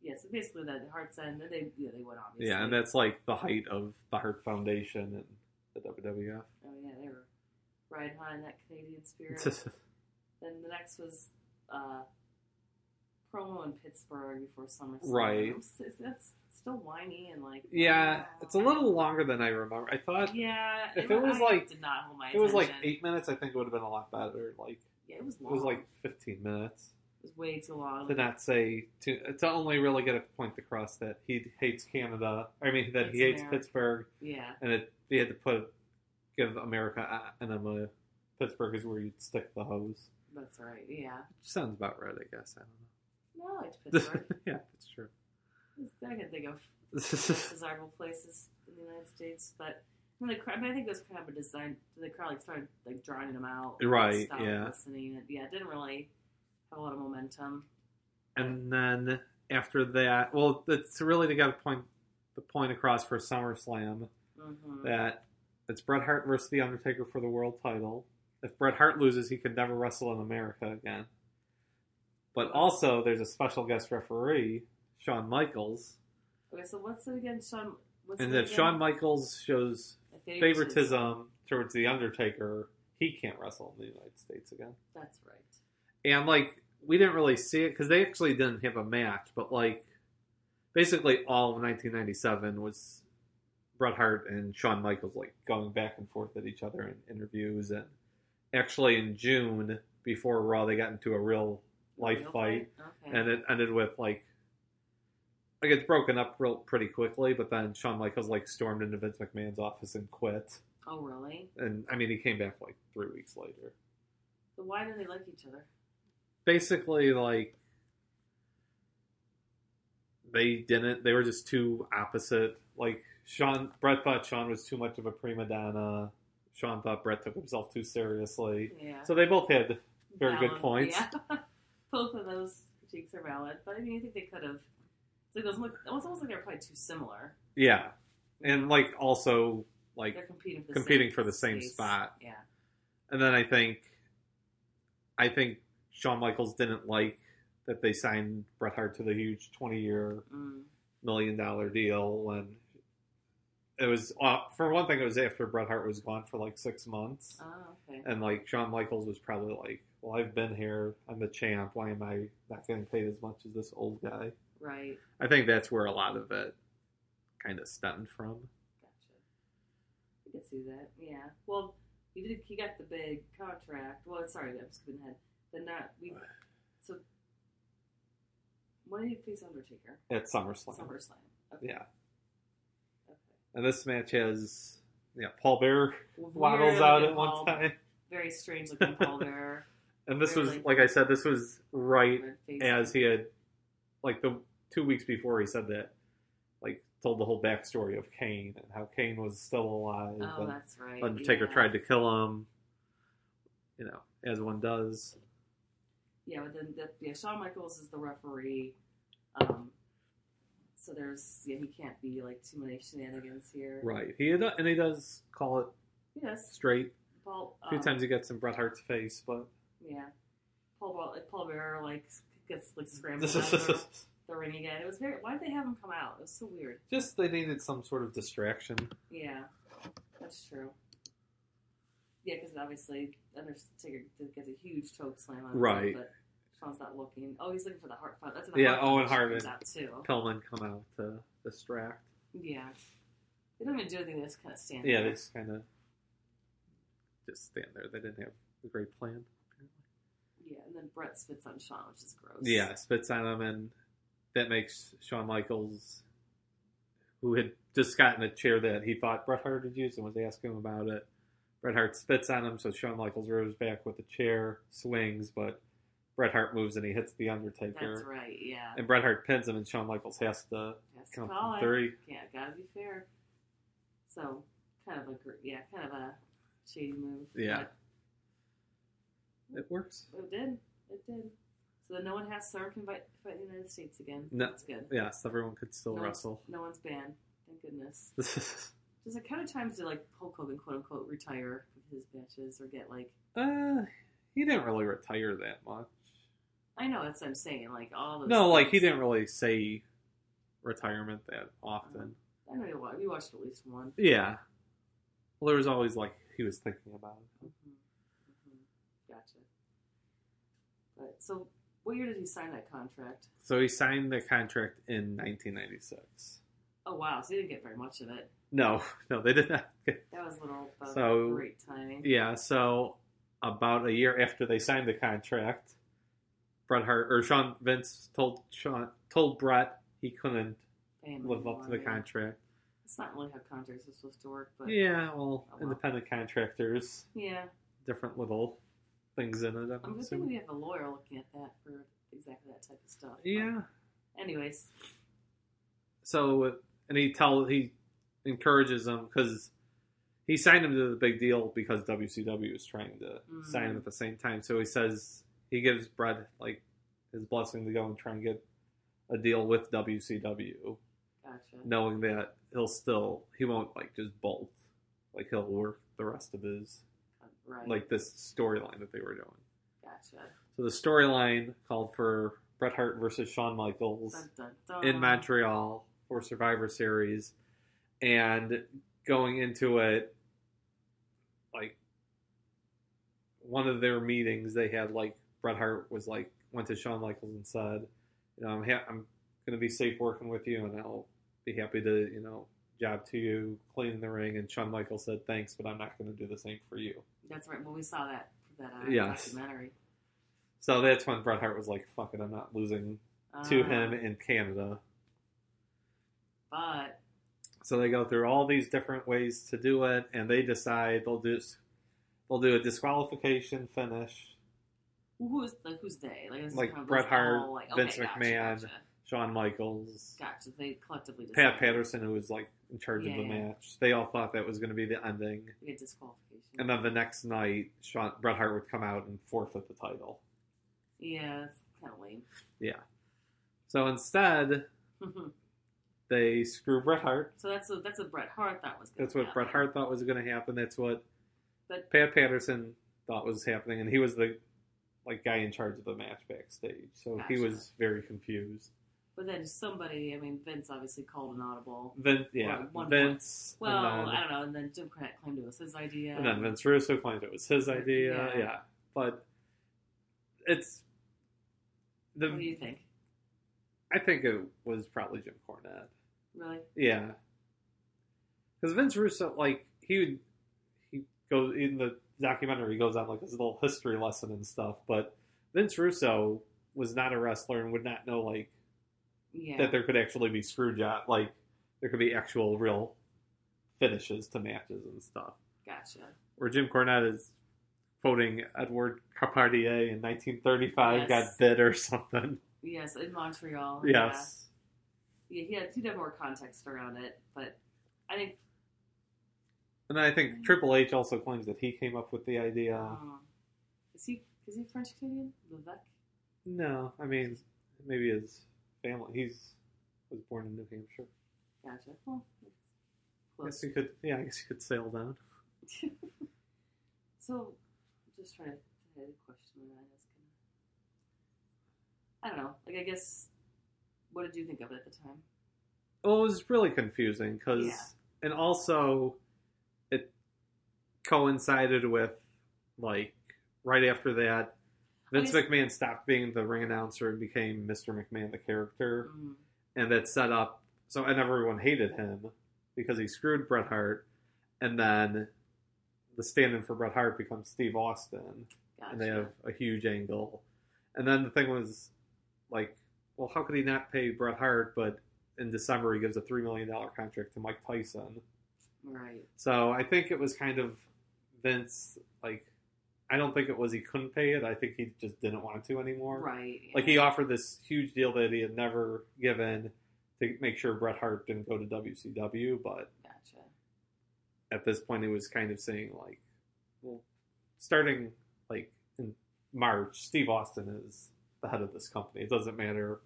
[SPEAKER 5] yeah, so basically that Heart's End. Then they yeah they went obviously.
[SPEAKER 4] Yeah, and that's like the height of the Hart Foundation and the WWF.
[SPEAKER 5] Oh yeah, they were riding high in that Canadian spirit. then the next was uh, promo in Pittsburgh before SummerSlam.
[SPEAKER 4] Right.
[SPEAKER 5] <laughs> I'm s- That's still whiny and like.
[SPEAKER 4] yeah,
[SPEAKER 5] wow.
[SPEAKER 4] it's a little longer than I remember. I thought
[SPEAKER 5] Yeah,
[SPEAKER 4] If
[SPEAKER 5] and
[SPEAKER 4] it was
[SPEAKER 5] I
[SPEAKER 4] like-
[SPEAKER 5] did not hold my
[SPEAKER 4] it was like
[SPEAKER 5] attention.
[SPEAKER 4] eight minutes. I think it would have been a lot better. Like
[SPEAKER 5] Yeah, it was
[SPEAKER 4] it
[SPEAKER 5] long.
[SPEAKER 4] was like fifteen minutes
[SPEAKER 5] it was way too long.
[SPEAKER 4] to not say to to only really get a point across that he hates Canada. I mean that he hates
[SPEAKER 5] Hates America.
[SPEAKER 4] Pittsburgh,
[SPEAKER 5] yeah,
[SPEAKER 4] and that they had to put give America a- an enema. Pittsburgh is where you'd stick the hose.
[SPEAKER 5] that's right. Yeah.
[SPEAKER 4] Sounds about right, I guess. I don't <laughs>
[SPEAKER 5] No, it's
[SPEAKER 4] know.
[SPEAKER 5] Pittsburgh.
[SPEAKER 4] yeah, that's true.
[SPEAKER 5] I can think of desirable places in the United States, but I mean, the crowd, I, mean, I think it was kind of a design. The crowd like started like drowning them out. and
[SPEAKER 4] Right,
[SPEAKER 5] stopped
[SPEAKER 4] yeah.
[SPEAKER 5] Listening. And, yeah. It didn't really have a lot of momentum.
[SPEAKER 4] <laughs> and then after that, well, it's really to get a point the point across for SummerSlam
[SPEAKER 5] Mm-hmm.
[SPEAKER 4] that it's Bret Hart versus The Undertaker for the world title. If Bret Hart loses, he can never wrestle in America again. But also, there's a special guest referee, Shawn Michaels,
[SPEAKER 5] Okay, so what's it again, Sean? What's
[SPEAKER 4] and
[SPEAKER 5] it
[SPEAKER 4] if
[SPEAKER 5] again?
[SPEAKER 4] Shawn Michaels shows
[SPEAKER 5] A favoritism.
[SPEAKER 4] favoritism towards The Undertaker, he can't wrestle in the United States again.
[SPEAKER 5] That's right.
[SPEAKER 4] and like we didn't really see it because they actually didn't have a match, but like basically all of 1997 was Bret Hart and Shawn Michaels like going back and forth at each other in interviews, and actually in June before Raw they got into a real life
[SPEAKER 5] Real
[SPEAKER 4] fight,
[SPEAKER 5] Okay.
[SPEAKER 4] and it ended with like. Like it's broken up real pretty quickly, but then Shawn Michaels like stormed into Vince McMahon's office and quit.
[SPEAKER 5] oh, really?
[SPEAKER 4] And I mean, he came back like three weeks later.
[SPEAKER 5] But why do they like each other?
[SPEAKER 4] basically like they didn't they were just too opposite like sean brett thought sean was too much of a prima donna sean thought brett took himself too seriously
[SPEAKER 5] Yeah.
[SPEAKER 4] so they both had very good
[SPEAKER 5] Valid,
[SPEAKER 4] points.
[SPEAKER 5] Yeah. <laughs> Both of those critiques are valid, but I mean, I think they could have. It's like those look. It was almost like they're probably too similar.
[SPEAKER 4] yeah and like also like
[SPEAKER 5] They're competing for the
[SPEAKER 4] competing
[SPEAKER 5] same
[SPEAKER 4] for the same
[SPEAKER 5] space.
[SPEAKER 4] spot.
[SPEAKER 5] Yeah.
[SPEAKER 4] and then i think i think Shawn michaels didn't like that they signed bret hart to the huge 20 year
[SPEAKER 5] Mm.
[SPEAKER 4] million dollar deal when it was uh, for one thing it was after Bret Hart was gone for like six months
[SPEAKER 5] Oh, okay.
[SPEAKER 4] and like Shawn Michaels was probably like well I've been here I'm the champ why am I not getting paid as much as this old guy
[SPEAKER 5] Right.
[SPEAKER 4] I think that's where a lot of it kind of stemmed from
[SPEAKER 5] Gotcha. You can see that. Yeah. Well, he did. He got the big contract. Well, sorry, I'm skipping ahead. Then not we. So when did he face Undertaker?
[SPEAKER 4] at SummerSlam
[SPEAKER 5] SummerSlam. Okay.
[SPEAKER 4] yeah
[SPEAKER 5] Okay.
[SPEAKER 4] and this match has yeah Paul Bear
[SPEAKER 5] Weird
[SPEAKER 4] waddles out at
[SPEAKER 5] looking
[SPEAKER 4] one
[SPEAKER 5] Paul-
[SPEAKER 4] time
[SPEAKER 5] Very strange looking
[SPEAKER 4] <laughs>
[SPEAKER 5] Paul Bearer.
[SPEAKER 4] and this was
[SPEAKER 5] Really?
[SPEAKER 4] like I said this was right
[SPEAKER 5] red face.
[SPEAKER 4] as he had like the two weeks before he said that like told the whole backstory of Kane and how Kane was still alive
[SPEAKER 5] Oh,
[SPEAKER 4] and
[SPEAKER 5] that's right.
[SPEAKER 4] Undertaker
[SPEAKER 5] yeah.
[SPEAKER 4] tried to kill him you know as one does
[SPEAKER 5] Yeah, but then the, yeah, Shawn Michaels is the referee. Um, so there's yeah, he can't be like too many shenanigans here.
[SPEAKER 4] right he had, and he does call it
[SPEAKER 5] Yes,
[SPEAKER 4] straight
[SPEAKER 5] Paul.
[SPEAKER 4] a few
[SPEAKER 5] um,
[SPEAKER 4] times he gets in Bret Hart's face
[SPEAKER 5] <laughs>
[SPEAKER 4] but
[SPEAKER 5] Yeah, Paul Ball- like, Paul Bearer like gets
[SPEAKER 4] <laughs>
[SPEAKER 5] like scrambled out of the, the ring again. It was very. Why did they have him come out? It was so weird.
[SPEAKER 4] just they needed some sort of distraction
[SPEAKER 5] Yeah, that's true. Yeah, because obviously Undertaker gets a huge choke slam on him,
[SPEAKER 4] Right.
[SPEAKER 5] but Shawn's not looking. Oh, he's looking for the heart. That's what the
[SPEAKER 4] Yeah,
[SPEAKER 5] heart
[SPEAKER 4] Owen
[SPEAKER 5] foundation
[SPEAKER 4] Hart
[SPEAKER 5] comes out too.
[SPEAKER 4] Pillman come out to distract
[SPEAKER 5] Yeah. They don't even do anything. They just kind of stand
[SPEAKER 4] yeah
[SPEAKER 5] there.
[SPEAKER 4] they just kind of just stand there they didn't have a great plan
[SPEAKER 5] Yeah, and then Brett spits on Sean, which is gross.
[SPEAKER 4] Yeah, spits on him, and that makes Shawn Michaels, who had just gotten a chair that he thought Bret Hart had used and was asking him about it. Bret Hart spits on him, so Shawn Michaels rows back with the chair, swings, but Bret Hart moves and he hits The Undertaker.
[SPEAKER 5] That's right, yeah.
[SPEAKER 4] And Bret Hart pins him, and Shawn Michaels has to
[SPEAKER 5] Has to
[SPEAKER 4] count
[SPEAKER 5] call
[SPEAKER 4] from
[SPEAKER 5] it.
[SPEAKER 4] three.
[SPEAKER 5] Yeah, gotta be fair. So, kind of a, gr- yeah, kind of a shady move.
[SPEAKER 4] Yeah. It works.
[SPEAKER 5] But it did. It did. So then no one has Sark can fight, fight the United States again.
[SPEAKER 4] No.
[SPEAKER 5] That's good.
[SPEAKER 4] Yes, everyone could still
[SPEAKER 5] no
[SPEAKER 4] wrestle. <laughs>
[SPEAKER 5] One's, no one's banned. Thank goodness.
[SPEAKER 4] uh,
[SPEAKER 5] There's like kind of times to like Hulk Hogan, quote unquote, retire from his matches or get like
[SPEAKER 4] Uh, He didn't really retire that much.
[SPEAKER 5] I know that's what I'm saying. Like all those.
[SPEAKER 4] No, like he
[SPEAKER 5] things.
[SPEAKER 4] didn't really say retirement that often.
[SPEAKER 5] I know you watched. We watched at least one.
[SPEAKER 4] Yeah. Well, there was always like he was thinking about it.
[SPEAKER 5] Mhm. Mhm. Gotcha. But so, what year did he sign that contract?
[SPEAKER 4] So he signed the contract in 1996.
[SPEAKER 5] Oh wow, so he didn't get very much of it.
[SPEAKER 4] No, <laughs> no, they did not.
[SPEAKER 5] That was a little uh,
[SPEAKER 4] So-
[SPEAKER 5] great timing.
[SPEAKER 4] Yeah, so about a year after they signed the contract, Bret Hart or Sean Vince told Sean told Bret he couldn't
[SPEAKER 5] Damn,
[SPEAKER 4] live up to the
[SPEAKER 5] yeah.
[SPEAKER 4] contract.
[SPEAKER 5] It's not really how contracts are supposed to work, but
[SPEAKER 4] Yeah, well,
[SPEAKER 5] Oh, well.
[SPEAKER 4] independent contractors,
[SPEAKER 5] yeah.
[SPEAKER 4] different little things in it.
[SPEAKER 5] I'm
[SPEAKER 4] I'm
[SPEAKER 5] just thinking we
[SPEAKER 4] assuming.
[SPEAKER 5] have a lawyer looking at that for exactly that type of stuff. but
[SPEAKER 4] Yeah.
[SPEAKER 5] anyways,
[SPEAKER 4] So and he tell he encourages him because he signed him to the big deal because WCW was trying to
[SPEAKER 5] Mhm.
[SPEAKER 4] sign him at the same time. So he says he gives Brad like his blessing to go and try and get a deal with WCW,
[SPEAKER 5] gotcha.
[SPEAKER 4] knowing that he'll still he won't like just bolt, like he'll work the rest of his
[SPEAKER 5] Uh, Right.
[SPEAKER 4] like this storyline that they were doing.
[SPEAKER 5] gotcha.
[SPEAKER 4] So the storyline called for Bret Hart versus Shawn Michaels
[SPEAKER 5] Dun, dun, dun.
[SPEAKER 4] in Montreal for Survivor Series, and going into it, like one of their meetings, they had like Bret Hart was like went to Shawn Michaels and said, "You know, I'm ha- I'm going to be safe working with you, and I'll be happy to you know job to you, clean the ring." And Shawn Michaels said, "Thanks, but I'm not going to do the same for you."
[SPEAKER 5] That's right. Well, we saw that that uh,
[SPEAKER 4] Yes.
[SPEAKER 5] documentary.
[SPEAKER 4] So that's when Bret Hart was like, "Fuck it, I'm not losing to
[SPEAKER 5] Uh,
[SPEAKER 4] him in Canada."
[SPEAKER 5] But
[SPEAKER 4] So they go through all these different ways to do it, and they decide they'll do they'll do a disqualification finish.
[SPEAKER 5] who's the who's they? Like, this is
[SPEAKER 4] Like
[SPEAKER 5] kind of
[SPEAKER 4] Bret
[SPEAKER 5] those
[SPEAKER 4] Hart,
[SPEAKER 5] all, like,
[SPEAKER 4] Vince
[SPEAKER 5] okay, gotcha,
[SPEAKER 4] McMahon,
[SPEAKER 5] Gotcha.
[SPEAKER 4] Shawn Michaels,
[SPEAKER 5] Gotcha. They collectively just
[SPEAKER 4] Pat Patterson, who was like in charge
[SPEAKER 5] Yeah,
[SPEAKER 4] of the
[SPEAKER 5] yeah.
[SPEAKER 4] match. They all thought that was going to be the ending,
[SPEAKER 5] We get disqualification.
[SPEAKER 4] and then the next night, Shawn Bret Hart would come out and forfeit the title.
[SPEAKER 5] yeah, it's kind of lame. <laughs>
[SPEAKER 4] So instead, they screw Bret Hart.
[SPEAKER 5] so that's a, that's a Bret Hart that was. Gonna
[SPEAKER 4] That's what
[SPEAKER 5] happen.
[SPEAKER 4] Bret Hart thought was going to happen. That's what
[SPEAKER 5] But-
[SPEAKER 4] Pat Patterson thought was happening, and he was the like guy in charge of the match backstage. So he
[SPEAKER 5] Gotcha.
[SPEAKER 4] was very confused.
[SPEAKER 5] But then somebody, I mean, Vince obviously called an audible.
[SPEAKER 4] Vin, yeah,
[SPEAKER 5] Well, one
[SPEAKER 4] Vince.
[SPEAKER 5] Well,
[SPEAKER 4] and then,
[SPEAKER 5] I don't know. And then Jim Cornette claimed it was his idea.
[SPEAKER 4] and then Vince Russo claimed it was his idea.
[SPEAKER 5] Yeah.
[SPEAKER 4] Yeah, but it's the.
[SPEAKER 5] what do you think?
[SPEAKER 4] I think it was probably Jim Cornette.
[SPEAKER 5] Really?
[SPEAKER 4] Yeah, because Vince Russo, like he would, he goes in the documentary. He goes on like this little history lesson and stuff. But Vince Russo was not a wrestler and would not know like
[SPEAKER 5] Yeah.
[SPEAKER 4] that there could actually be screw job, like there could be actual real finishes to matches and stuff.
[SPEAKER 5] gotcha.
[SPEAKER 4] where Jim Cornette is quoting Edward Carpentier in 1935
[SPEAKER 5] Yes.
[SPEAKER 4] got bit or something.
[SPEAKER 5] Yes, in Montreal. Yeah.
[SPEAKER 4] Yes.
[SPEAKER 5] yeah, he had he'd have more context around it, but I think
[SPEAKER 4] And I
[SPEAKER 5] Mm.
[SPEAKER 4] think Triple H also claims that he came up with the idea.
[SPEAKER 5] um, is he is he French Canadian? Levesque?
[SPEAKER 4] No, I mean maybe his family. He's was born in New Hampshire.
[SPEAKER 5] Gotcha. Well, <laughs> that's
[SPEAKER 4] I guess
[SPEAKER 5] close.
[SPEAKER 4] you could. Yeah, I guess you could sail down.
[SPEAKER 5] So, I'm just trying to I had a question when I was gonna. I don't know. Like, I guess, what did you think of it at the time?
[SPEAKER 4] Well, it was really confusing because,
[SPEAKER 5] Yeah.
[SPEAKER 4] and also, it coincided with like right after that, Vince
[SPEAKER 5] guess-
[SPEAKER 4] McMahon stopped being the ring announcer and became Mr. McMahon the character,
[SPEAKER 5] Mm,
[SPEAKER 4] and that set up so and everyone hated him because he screwed Bret Hart, and then the stand-in for Bret Hart becomes Steve Austin
[SPEAKER 5] gotcha.
[SPEAKER 4] and they have a huge angle. And then the thing was, like, well, how could he not pay Bret Hart? But in December, he gives a three million dollar contract to Mike Tyson.
[SPEAKER 5] right.
[SPEAKER 4] So I think it was kind of Vince. Like, I don't think it was he couldn't pay it. I think he just didn't want to anymore.
[SPEAKER 5] Right.
[SPEAKER 4] Like he offered this huge deal that he had never given to make sure Bret Hart didn't go to WCW, but
[SPEAKER 5] Gotcha.
[SPEAKER 4] at this point it was kind of saying like well starting like in march steve austin is the head of this company it doesn't matter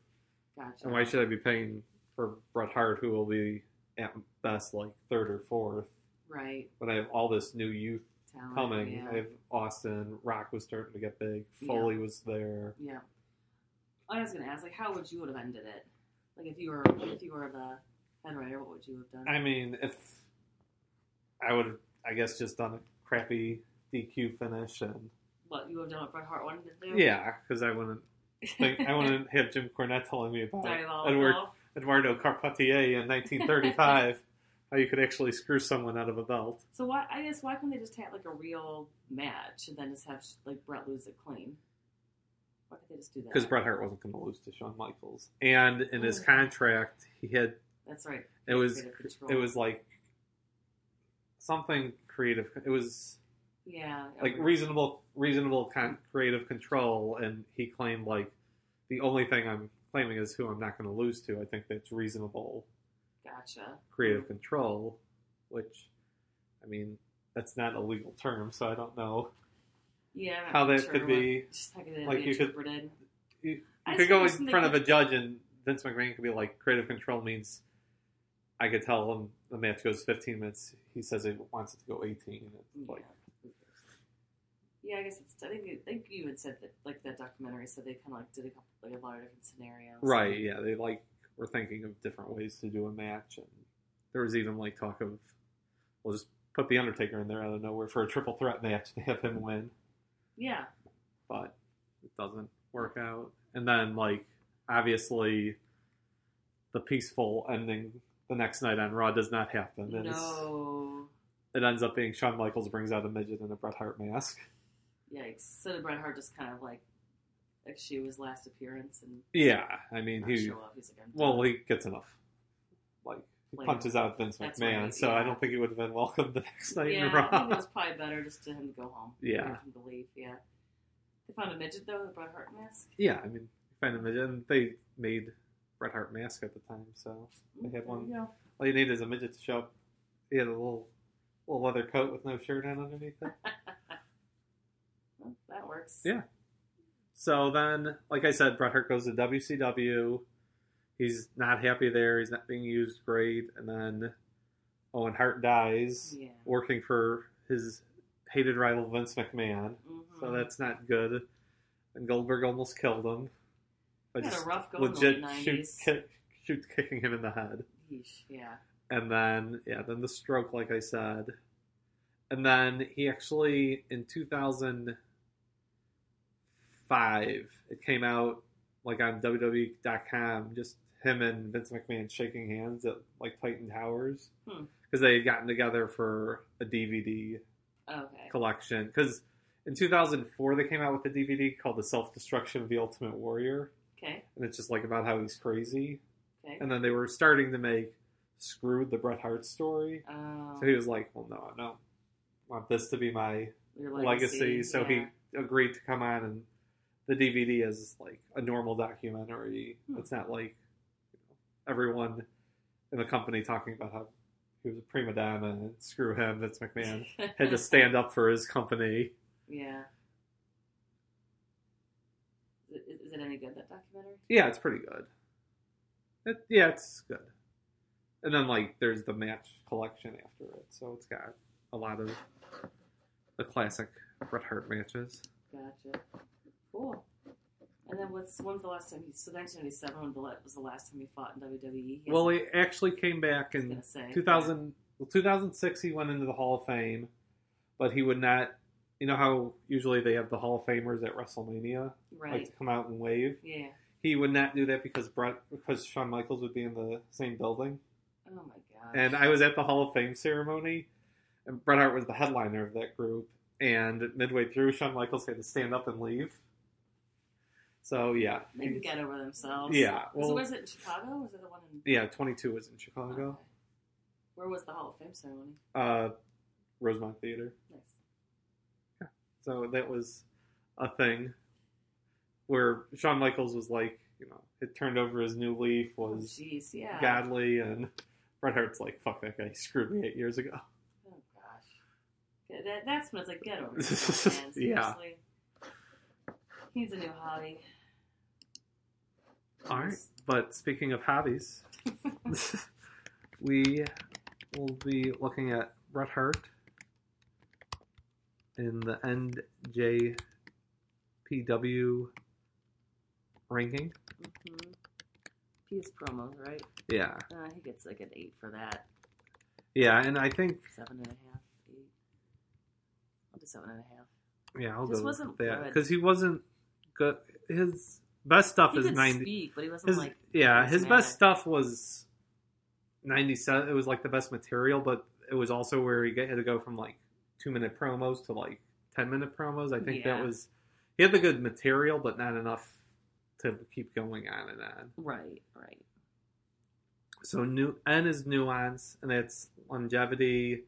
[SPEAKER 5] Gotcha.
[SPEAKER 4] and why should i be paying for bret hart who will be at best like third or fourth
[SPEAKER 5] right.
[SPEAKER 4] when i have all this new youth
[SPEAKER 5] talent.
[SPEAKER 4] coming.
[SPEAKER 5] Oh, Yeah.
[SPEAKER 4] I have Austin. Rock was starting to get big. Foley was there.
[SPEAKER 5] Yeah. I was gonna ask, like, how would you have ended it? Like, if you were if you were the head writer, what would you have done?
[SPEAKER 4] I mean, if I would, have, I guess, just done a crappy DQ finish, and
[SPEAKER 5] what you would have done what Bret Hart wanted to do?
[SPEAKER 4] yeah, because I wouldn't think I
[SPEAKER 5] <laughs>
[SPEAKER 4] wouldn't have Jim Cornette telling me about
[SPEAKER 5] Sorry about
[SPEAKER 4] Edward
[SPEAKER 5] all.
[SPEAKER 4] Eduardo Carpentier in 1935 how you could actually screw someone out of a belt.
[SPEAKER 5] So why? I guess why couldn't they just have like a real match and then just have like Bret lose it clean? Why could they just do that?
[SPEAKER 4] because Bret Hart wasn't going to lose to Shawn Michaels, and in his contract he had
[SPEAKER 5] That's right.
[SPEAKER 4] it was
[SPEAKER 5] Mm. Creative control.
[SPEAKER 4] it was like something creative. It was
[SPEAKER 5] yeah
[SPEAKER 4] like
[SPEAKER 5] okay.
[SPEAKER 4] reasonable reasonable con- creative control, and he claimed like the only thing I'm claiming is who I'm not going to lose to. I think that's reasonable
[SPEAKER 5] Gotcha.
[SPEAKER 4] creative control, which I mean that's not a legal term, so I don't know.
[SPEAKER 5] Yeah. I'm
[SPEAKER 4] how
[SPEAKER 5] not
[SPEAKER 4] that
[SPEAKER 5] sure
[SPEAKER 4] could
[SPEAKER 5] what-
[SPEAKER 4] be-
[SPEAKER 5] just how could that
[SPEAKER 4] like
[SPEAKER 5] be
[SPEAKER 4] you could-
[SPEAKER 5] interpreted.
[SPEAKER 4] You,
[SPEAKER 5] I
[SPEAKER 4] you
[SPEAKER 5] just
[SPEAKER 4] could go
[SPEAKER 5] noticed
[SPEAKER 4] in
[SPEAKER 5] they
[SPEAKER 4] front of a
[SPEAKER 5] could-
[SPEAKER 4] judge, and Vince McMahon could be like, "Creative control means I could tell him the match goes 15 minutes. He says he wants it to go 18." And it's like,
[SPEAKER 5] yeah. Yeah, I guess it's. I think I think you had said that like that documentary said they kind of like did a couple like a lot of different scenarios.
[SPEAKER 4] right? Yeah, they like were thinking of different ways to do a match, and there was even like talk of, "We'll just put the Undertaker in there out of nowhere for a triple threat match to have him win,"
[SPEAKER 5] Yeah.
[SPEAKER 4] but it doesn't work out. And then like obviously, the peaceful ending. The next night on Raw does not happen. and it's-
[SPEAKER 5] No.
[SPEAKER 4] it ends up being Shawn Michaels brings out a midget in a Bret Hart mask.
[SPEAKER 5] Yikes. So did Bret Hart just kind of like like she was last appearance and
[SPEAKER 4] Yeah, I mean
[SPEAKER 5] not
[SPEAKER 4] he
[SPEAKER 5] show up. He's like, I'm
[SPEAKER 4] well
[SPEAKER 5] done.
[SPEAKER 4] he gets enough. Like he
[SPEAKER 5] Later.
[SPEAKER 4] punches out Vince
[SPEAKER 5] That's
[SPEAKER 4] McMahon,
[SPEAKER 5] right,
[SPEAKER 4] so
[SPEAKER 5] yeah.
[SPEAKER 4] I don't think he would have been welcome the <laughs> next night in
[SPEAKER 5] yeah, I think it
[SPEAKER 4] Raw.
[SPEAKER 5] was probably better just to him to go home.
[SPEAKER 4] Yeah.
[SPEAKER 5] For him to leave. Yeah. They found a midget though, the Bret Hart mask.
[SPEAKER 4] Yeah, I mean find a midget and they made Bret Hart mask at the time, so They had
[SPEAKER 5] Mm, There
[SPEAKER 4] one.
[SPEAKER 5] you go.
[SPEAKER 4] all you need is a midget to show up. He had a little little leather coat with no shirt on underneath it.
[SPEAKER 5] Well, Oh, that works.
[SPEAKER 4] Yeah. So then, like I said, Bret Hart goes to WCW. He's not happy there. He's not being used great. And then Owen Hart dies
[SPEAKER 5] Yeah.
[SPEAKER 4] working for his hated rival Vince McMahon.
[SPEAKER 5] Mhm.
[SPEAKER 4] So that's not good. And Goldberg almost killed him. I
[SPEAKER 5] Had a
[SPEAKER 4] just
[SPEAKER 5] rough go in the
[SPEAKER 4] legit
[SPEAKER 5] late
[SPEAKER 4] shoot,
[SPEAKER 5] 90s.
[SPEAKER 4] kick, shoot kicking him in the head.
[SPEAKER 5] Yeesh, yeah.
[SPEAKER 4] And then, yeah, then the stroke, like I said. And then he actually, in 2005, it came out like on WWE.com, just him and Vince McMahon shaking hands at like Titan Towers.
[SPEAKER 5] Hmm.
[SPEAKER 4] Because they had gotten together for a DVD
[SPEAKER 5] Okay.
[SPEAKER 4] collection. Because in 2004, they came out with a DVD called The Self Destruction of the Ultimate Warrior.
[SPEAKER 5] Okay.
[SPEAKER 4] And it's just like about how he's crazy.
[SPEAKER 5] Okay.
[SPEAKER 4] And then they were starting to make Screwed the Bret Hart story.
[SPEAKER 5] Um,
[SPEAKER 4] So he was like, "Well, no, I don't want this to be my
[SPEAKER 5] your
[SPEAKER 4] legacy." So
[SPEAKER 5] yeah.
[SPEAKER 4] he agreed to come on, and the DVD is like a normal documentary.
[SPEAKER 5] Hmm.
[SPEAKER 4] It's not like everyone in the company talking about how he was a prima donna and screw him, Vince
[SPEAKER 5] <laughs>
[SPEAKER 4] McMahon had to stand up for his company.
[SPEAKER 5] yeah. Is it- Is it any good that documentary?
[SPEAKER 4] Yeah, it's pretty good. It, yeah, it's good. And then like there's the match collection after it, so it's got a lot of the classic Bret Hart matches.
[SPEAKER 5] Gotcha. Cool. And then what's when's the last time he? So 1997 when Bullet was the last time he fought in E? WWE. He hasn't-
[SPEAKER 4] Well, he actually came back
[SPEAKER 5] I was
[SPEAKER 4] in
[SPEAKER 5] gonna say
[SPEAKER 4] 2000, well, 2006. He went into the Hall of Fame, but he would not. You know how usually they have the Hall of Famers at WrestleMania, like
[SPEAKER 5] Right.
[SPEAKER 4] to come out and wave.
[SPEAKER 5] Yeah.
[SPEAKER 4] He would not do that because Bret, because Shawn Michaels would be in the same building.
[SPEAKER 5] Oh my god.
[SPEAKER 4] And I was at the Hall of Fame ceremony, and Bret Hart was the headliner of that group. And midway through, Shawn Michaels had to stand up and leave. So yeah,
[SPEAKER 5] they can get over themselves.
[SPEAKER 4] yeah,
[SPEAKER 5] so
[SPEAKER 4] well,
[SPEAKER 5] was it in Chicago? Was it the one in?
[SPEAKER 4] yeah. Twenty two was in Chicago,
[SPEAKER 5] Okay. Where was the Hall of Fame ceremony?
[SPEAKER 4] uh, Rosemont Theater.
[SPEAKER 5] Nice.
[SPEAKER 4] So that was a thing where Shawn Michaels was like, you know, it turned over his new leaf
[SPEAKER 5] Oh,
[SPEAKER 4] was
[SPEAKER 5] Jeez. Yeah.
[SPEAKER 4] godly, and <laughs> Bret Hart's like, fuck that guy, he screwed me eight years ago.
[SPEAKER 5] Oh gosh. Yeah, That, that's when it's like, get over yourself, man.
[SPEAKER 4] <laughs> Yeah.
[SPEAKER 5] Seriously. He needs a new hobby.
[SPEAKER 4] All right. But speaking of hobbies, <laughs> we will be looking at Bret Hart in the NJPW ranking.
[SPEAKER 5] hmm PS promos, right?
[SPEAKER 4] Yeah,
[SPEAKER 5] Uh, he gets like an eight for that.
[SPEAKER 4] yeah, and I think
[SPEAKER 5] Seven and a half, eight. I'll do seven and a half.
[SPEAKER 4] yeah, I'll
[SPEAKER 5] Just
[SPEAKER 4] go
[SPEAKER 5] wasn't
[SPEAKER 4] with that
[SPEAKER 5] good.
[SPEAKER 4] because he wasn't good. His best stuff
[SPEAKER 5] He
[SPEAKER 4] is
[SPEAKER 5] could
[SPEAKER 4] ninety.
[SPEAKER 5] speak, but he wasn't
[SPEAKER 4] His,
[SPEAKER 5] like
[SPEAKER 4] yeah, his
[SPEAKER 5] charismatic.
[SPEAKER 4] best stuff was ninety-seven. It was like the best material, but it was also where he get- had to go from like two-minute promos to like ten-minute promos. I think
[SPEAKER 5] Yeah.
[SPEAKER 4] that was he had the good material, but not enough to keep going on and on.
[SPEAKER 5] right, right.
[SPEAKER 4] So new N is nuance, and that's longevity,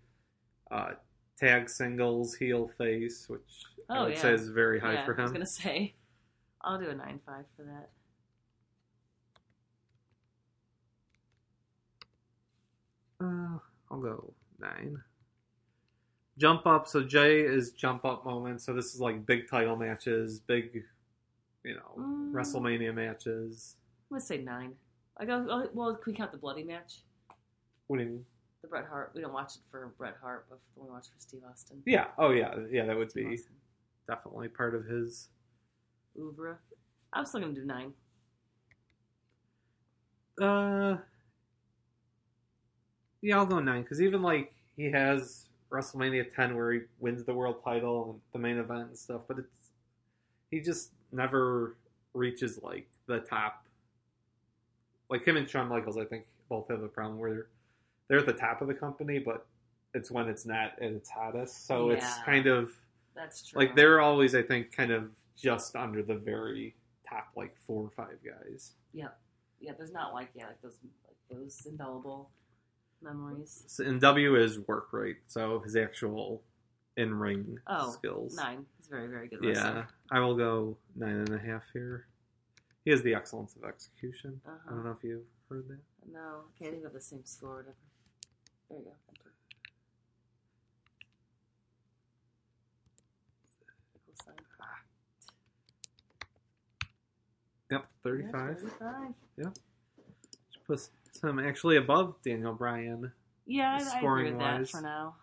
[SPEAKER 4] uh, tag singles, heel face, which I
[SPEAKER 5] Oh,
[SPEAKER 4] would
[SPEAKER 5] yeah.
[SPEAKER 4] say is very high
[SPEAKER 5] yeah,
[SPEAKER 4] for
[SPEAKER 5] I was
[SPEAKER 4] him.
[SPEAKER 5] gonna say, I'll do a nine five for that.
[SPEAKER 4] Uh, I'll go nine. Jump up. So J is jump up moment. So this is like big title matches, big, you know,
[SPEAKER 5] Mm.
[SPEAKER 4] WrestleMania matches.
[SPEAKER 5] Let's say nine. I go. oh, Well, can we count the bloody match?
[SPEAKER 4] What do you mean?
[SPEAKER 5] The Bret Hart. We don't watch it for Bret Hart, but we watch for Steve Austin.
[SPEAKER 4] Yeah. Oh yeah. Yeah. That would
[SPEAKER 5] Steve
[SPEAKER 4] be
[SPEAKER 5] Austin.
[SPEAKER 4] definitely part of his.
[SPEAKER 5] Ubra. I'm still gonna do nine.
[SPEAKER 4] Uh. Yeah, I'll go nine because even like he has WrestleMania ten where he wins the world title and the main event and stuff, but it's he just never reaches like the top. Like him and Shawn Michaels, I think both have a problem where they're, they're at the top of the company, but it's when it's not at its hottest. So it's
[SPEAKER 5] Yeah.
[SPEAKER 4] kind of
[SPEAKER 5] That's true.
[SPEAKER 4] like they're always, I think, kind of just under the very top, like four or five guys.
[SPEAKER 5] Yeah, yeah. There's not like yeah, like those like those indelible memories.
[SPEAKER 4] So, and W is work rate, so his actual in ring
[SPEAKER 5] Oh,
[SPEAKER 4] skills.
[SPEAKER 5] Nine. He's a very very good.
[SPEAKER 4] Yeah,
[SPEAKER 5] wrestler.
[SPEAKER 4] I will go nine and a half here. He has the excellence of execution. I
[SPEAKER 5] Uh-huh.
[SPEAKER 4] don't know if you've heard that.
[SPEAKER 5] No, okay, they have the same score. or Whatever. There you go. Enter. Equal sign.
[SPEAKER 4] Yep,
[SPEAKER 5] Yeah,
[SPEAKER 4] thirty-five.
[SPEAKER 5] 35.
[SPEAKER 4] Which puts him actually above Daniel Bryan.
[SPEAKER 5] Yeah, I, I agree with that
[SPEAKER 4] Scoring-wise.
[SPEAKER 5] for now.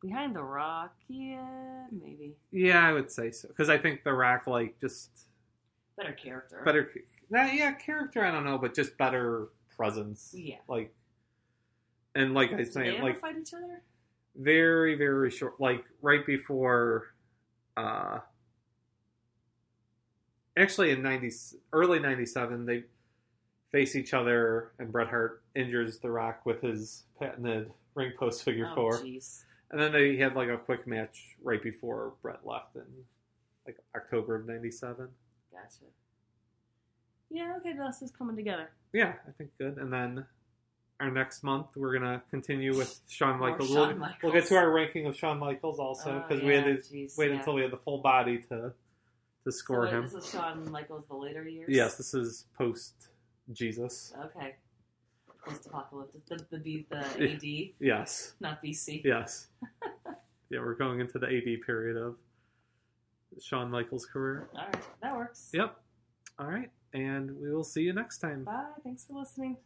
[SPEAKER 5] Behind the rock, yeah, maybe
[SPEAKER 4] Yeah, I would say so because I think The Rock like just
[SPEAKER 5] better character.
[SPEAKER 4] better. Nah, yeah, character I don't know, but just better presence.
[SPEAKER 5] Yeah.
[SPEAKER 4] like and like I
[SPEAKER 5] Did
[SPEAKER 4] was
[SPEAKER 5] they
[SPEAKER 4] saying,
[SPEAKER 5] ever
[SPEAKER 4] like
[SPEAKER 5] fight each other?
[SPEAKER 4] very very short like right before uh actually in 90 early 97 they face each other and Bret Hart injures The Rock with his patented ring post figure
[SPEAKER 5] oh,
[SPEAKER 4] four
[SPEAKER 5] jeez.
[SPEAKER 4] and then they had like a quick match right before Bret left in like October of 97
[SPEAKER 5] Gotcha. Yeah, okay, now this is coming together.
[SPEAKER 4] yeah I think good and then our next month we're gonna continue with Shawn
[SPEAKER 5] More
[SPEAKER 4] Michaels,
[SPEAKER 5] Shawn
[SPEAKER 4] we'll,
[SPEAKER 5] Michaels.
[SPEAKER 4] we'll get to our ranking of Shawn Michaels also
[SPEAKER 5] Oh,
[SPEAKER 4] because we had
[SPEAKER 5] yeah,
[SPEAKER 4] to
[SPEAKER 5] jeez,
[SPEAKER 4] wait
[SPEAKER 5] yeah.
[SPEAKER 4] until we had the full body to to
[SPEAKER 5] So
[SPEAKER 4] score
[SPEAKER 5] wait,
[SPEAKER 4] him.
[SPEAKER 5] This is Shawn Michaels the later years.
[SPEAKER 4] yes, this is post Jesus.
[SPEAKER 5] Okay. Post apocalyptic. The the B the AD,
[SPEAKER 4] Yes,
[SPEAKER 5] not BC. <laughs>
[SPEAKER 4] yes, yeah. We're going into the AD period of Shawn Michaels' career.
[SPEAKER 5] All right, that works.
[SPEAKER 4] Yep. All right, and we will see you next time.
[SPEAKER 5] Bye. Thanks for listening.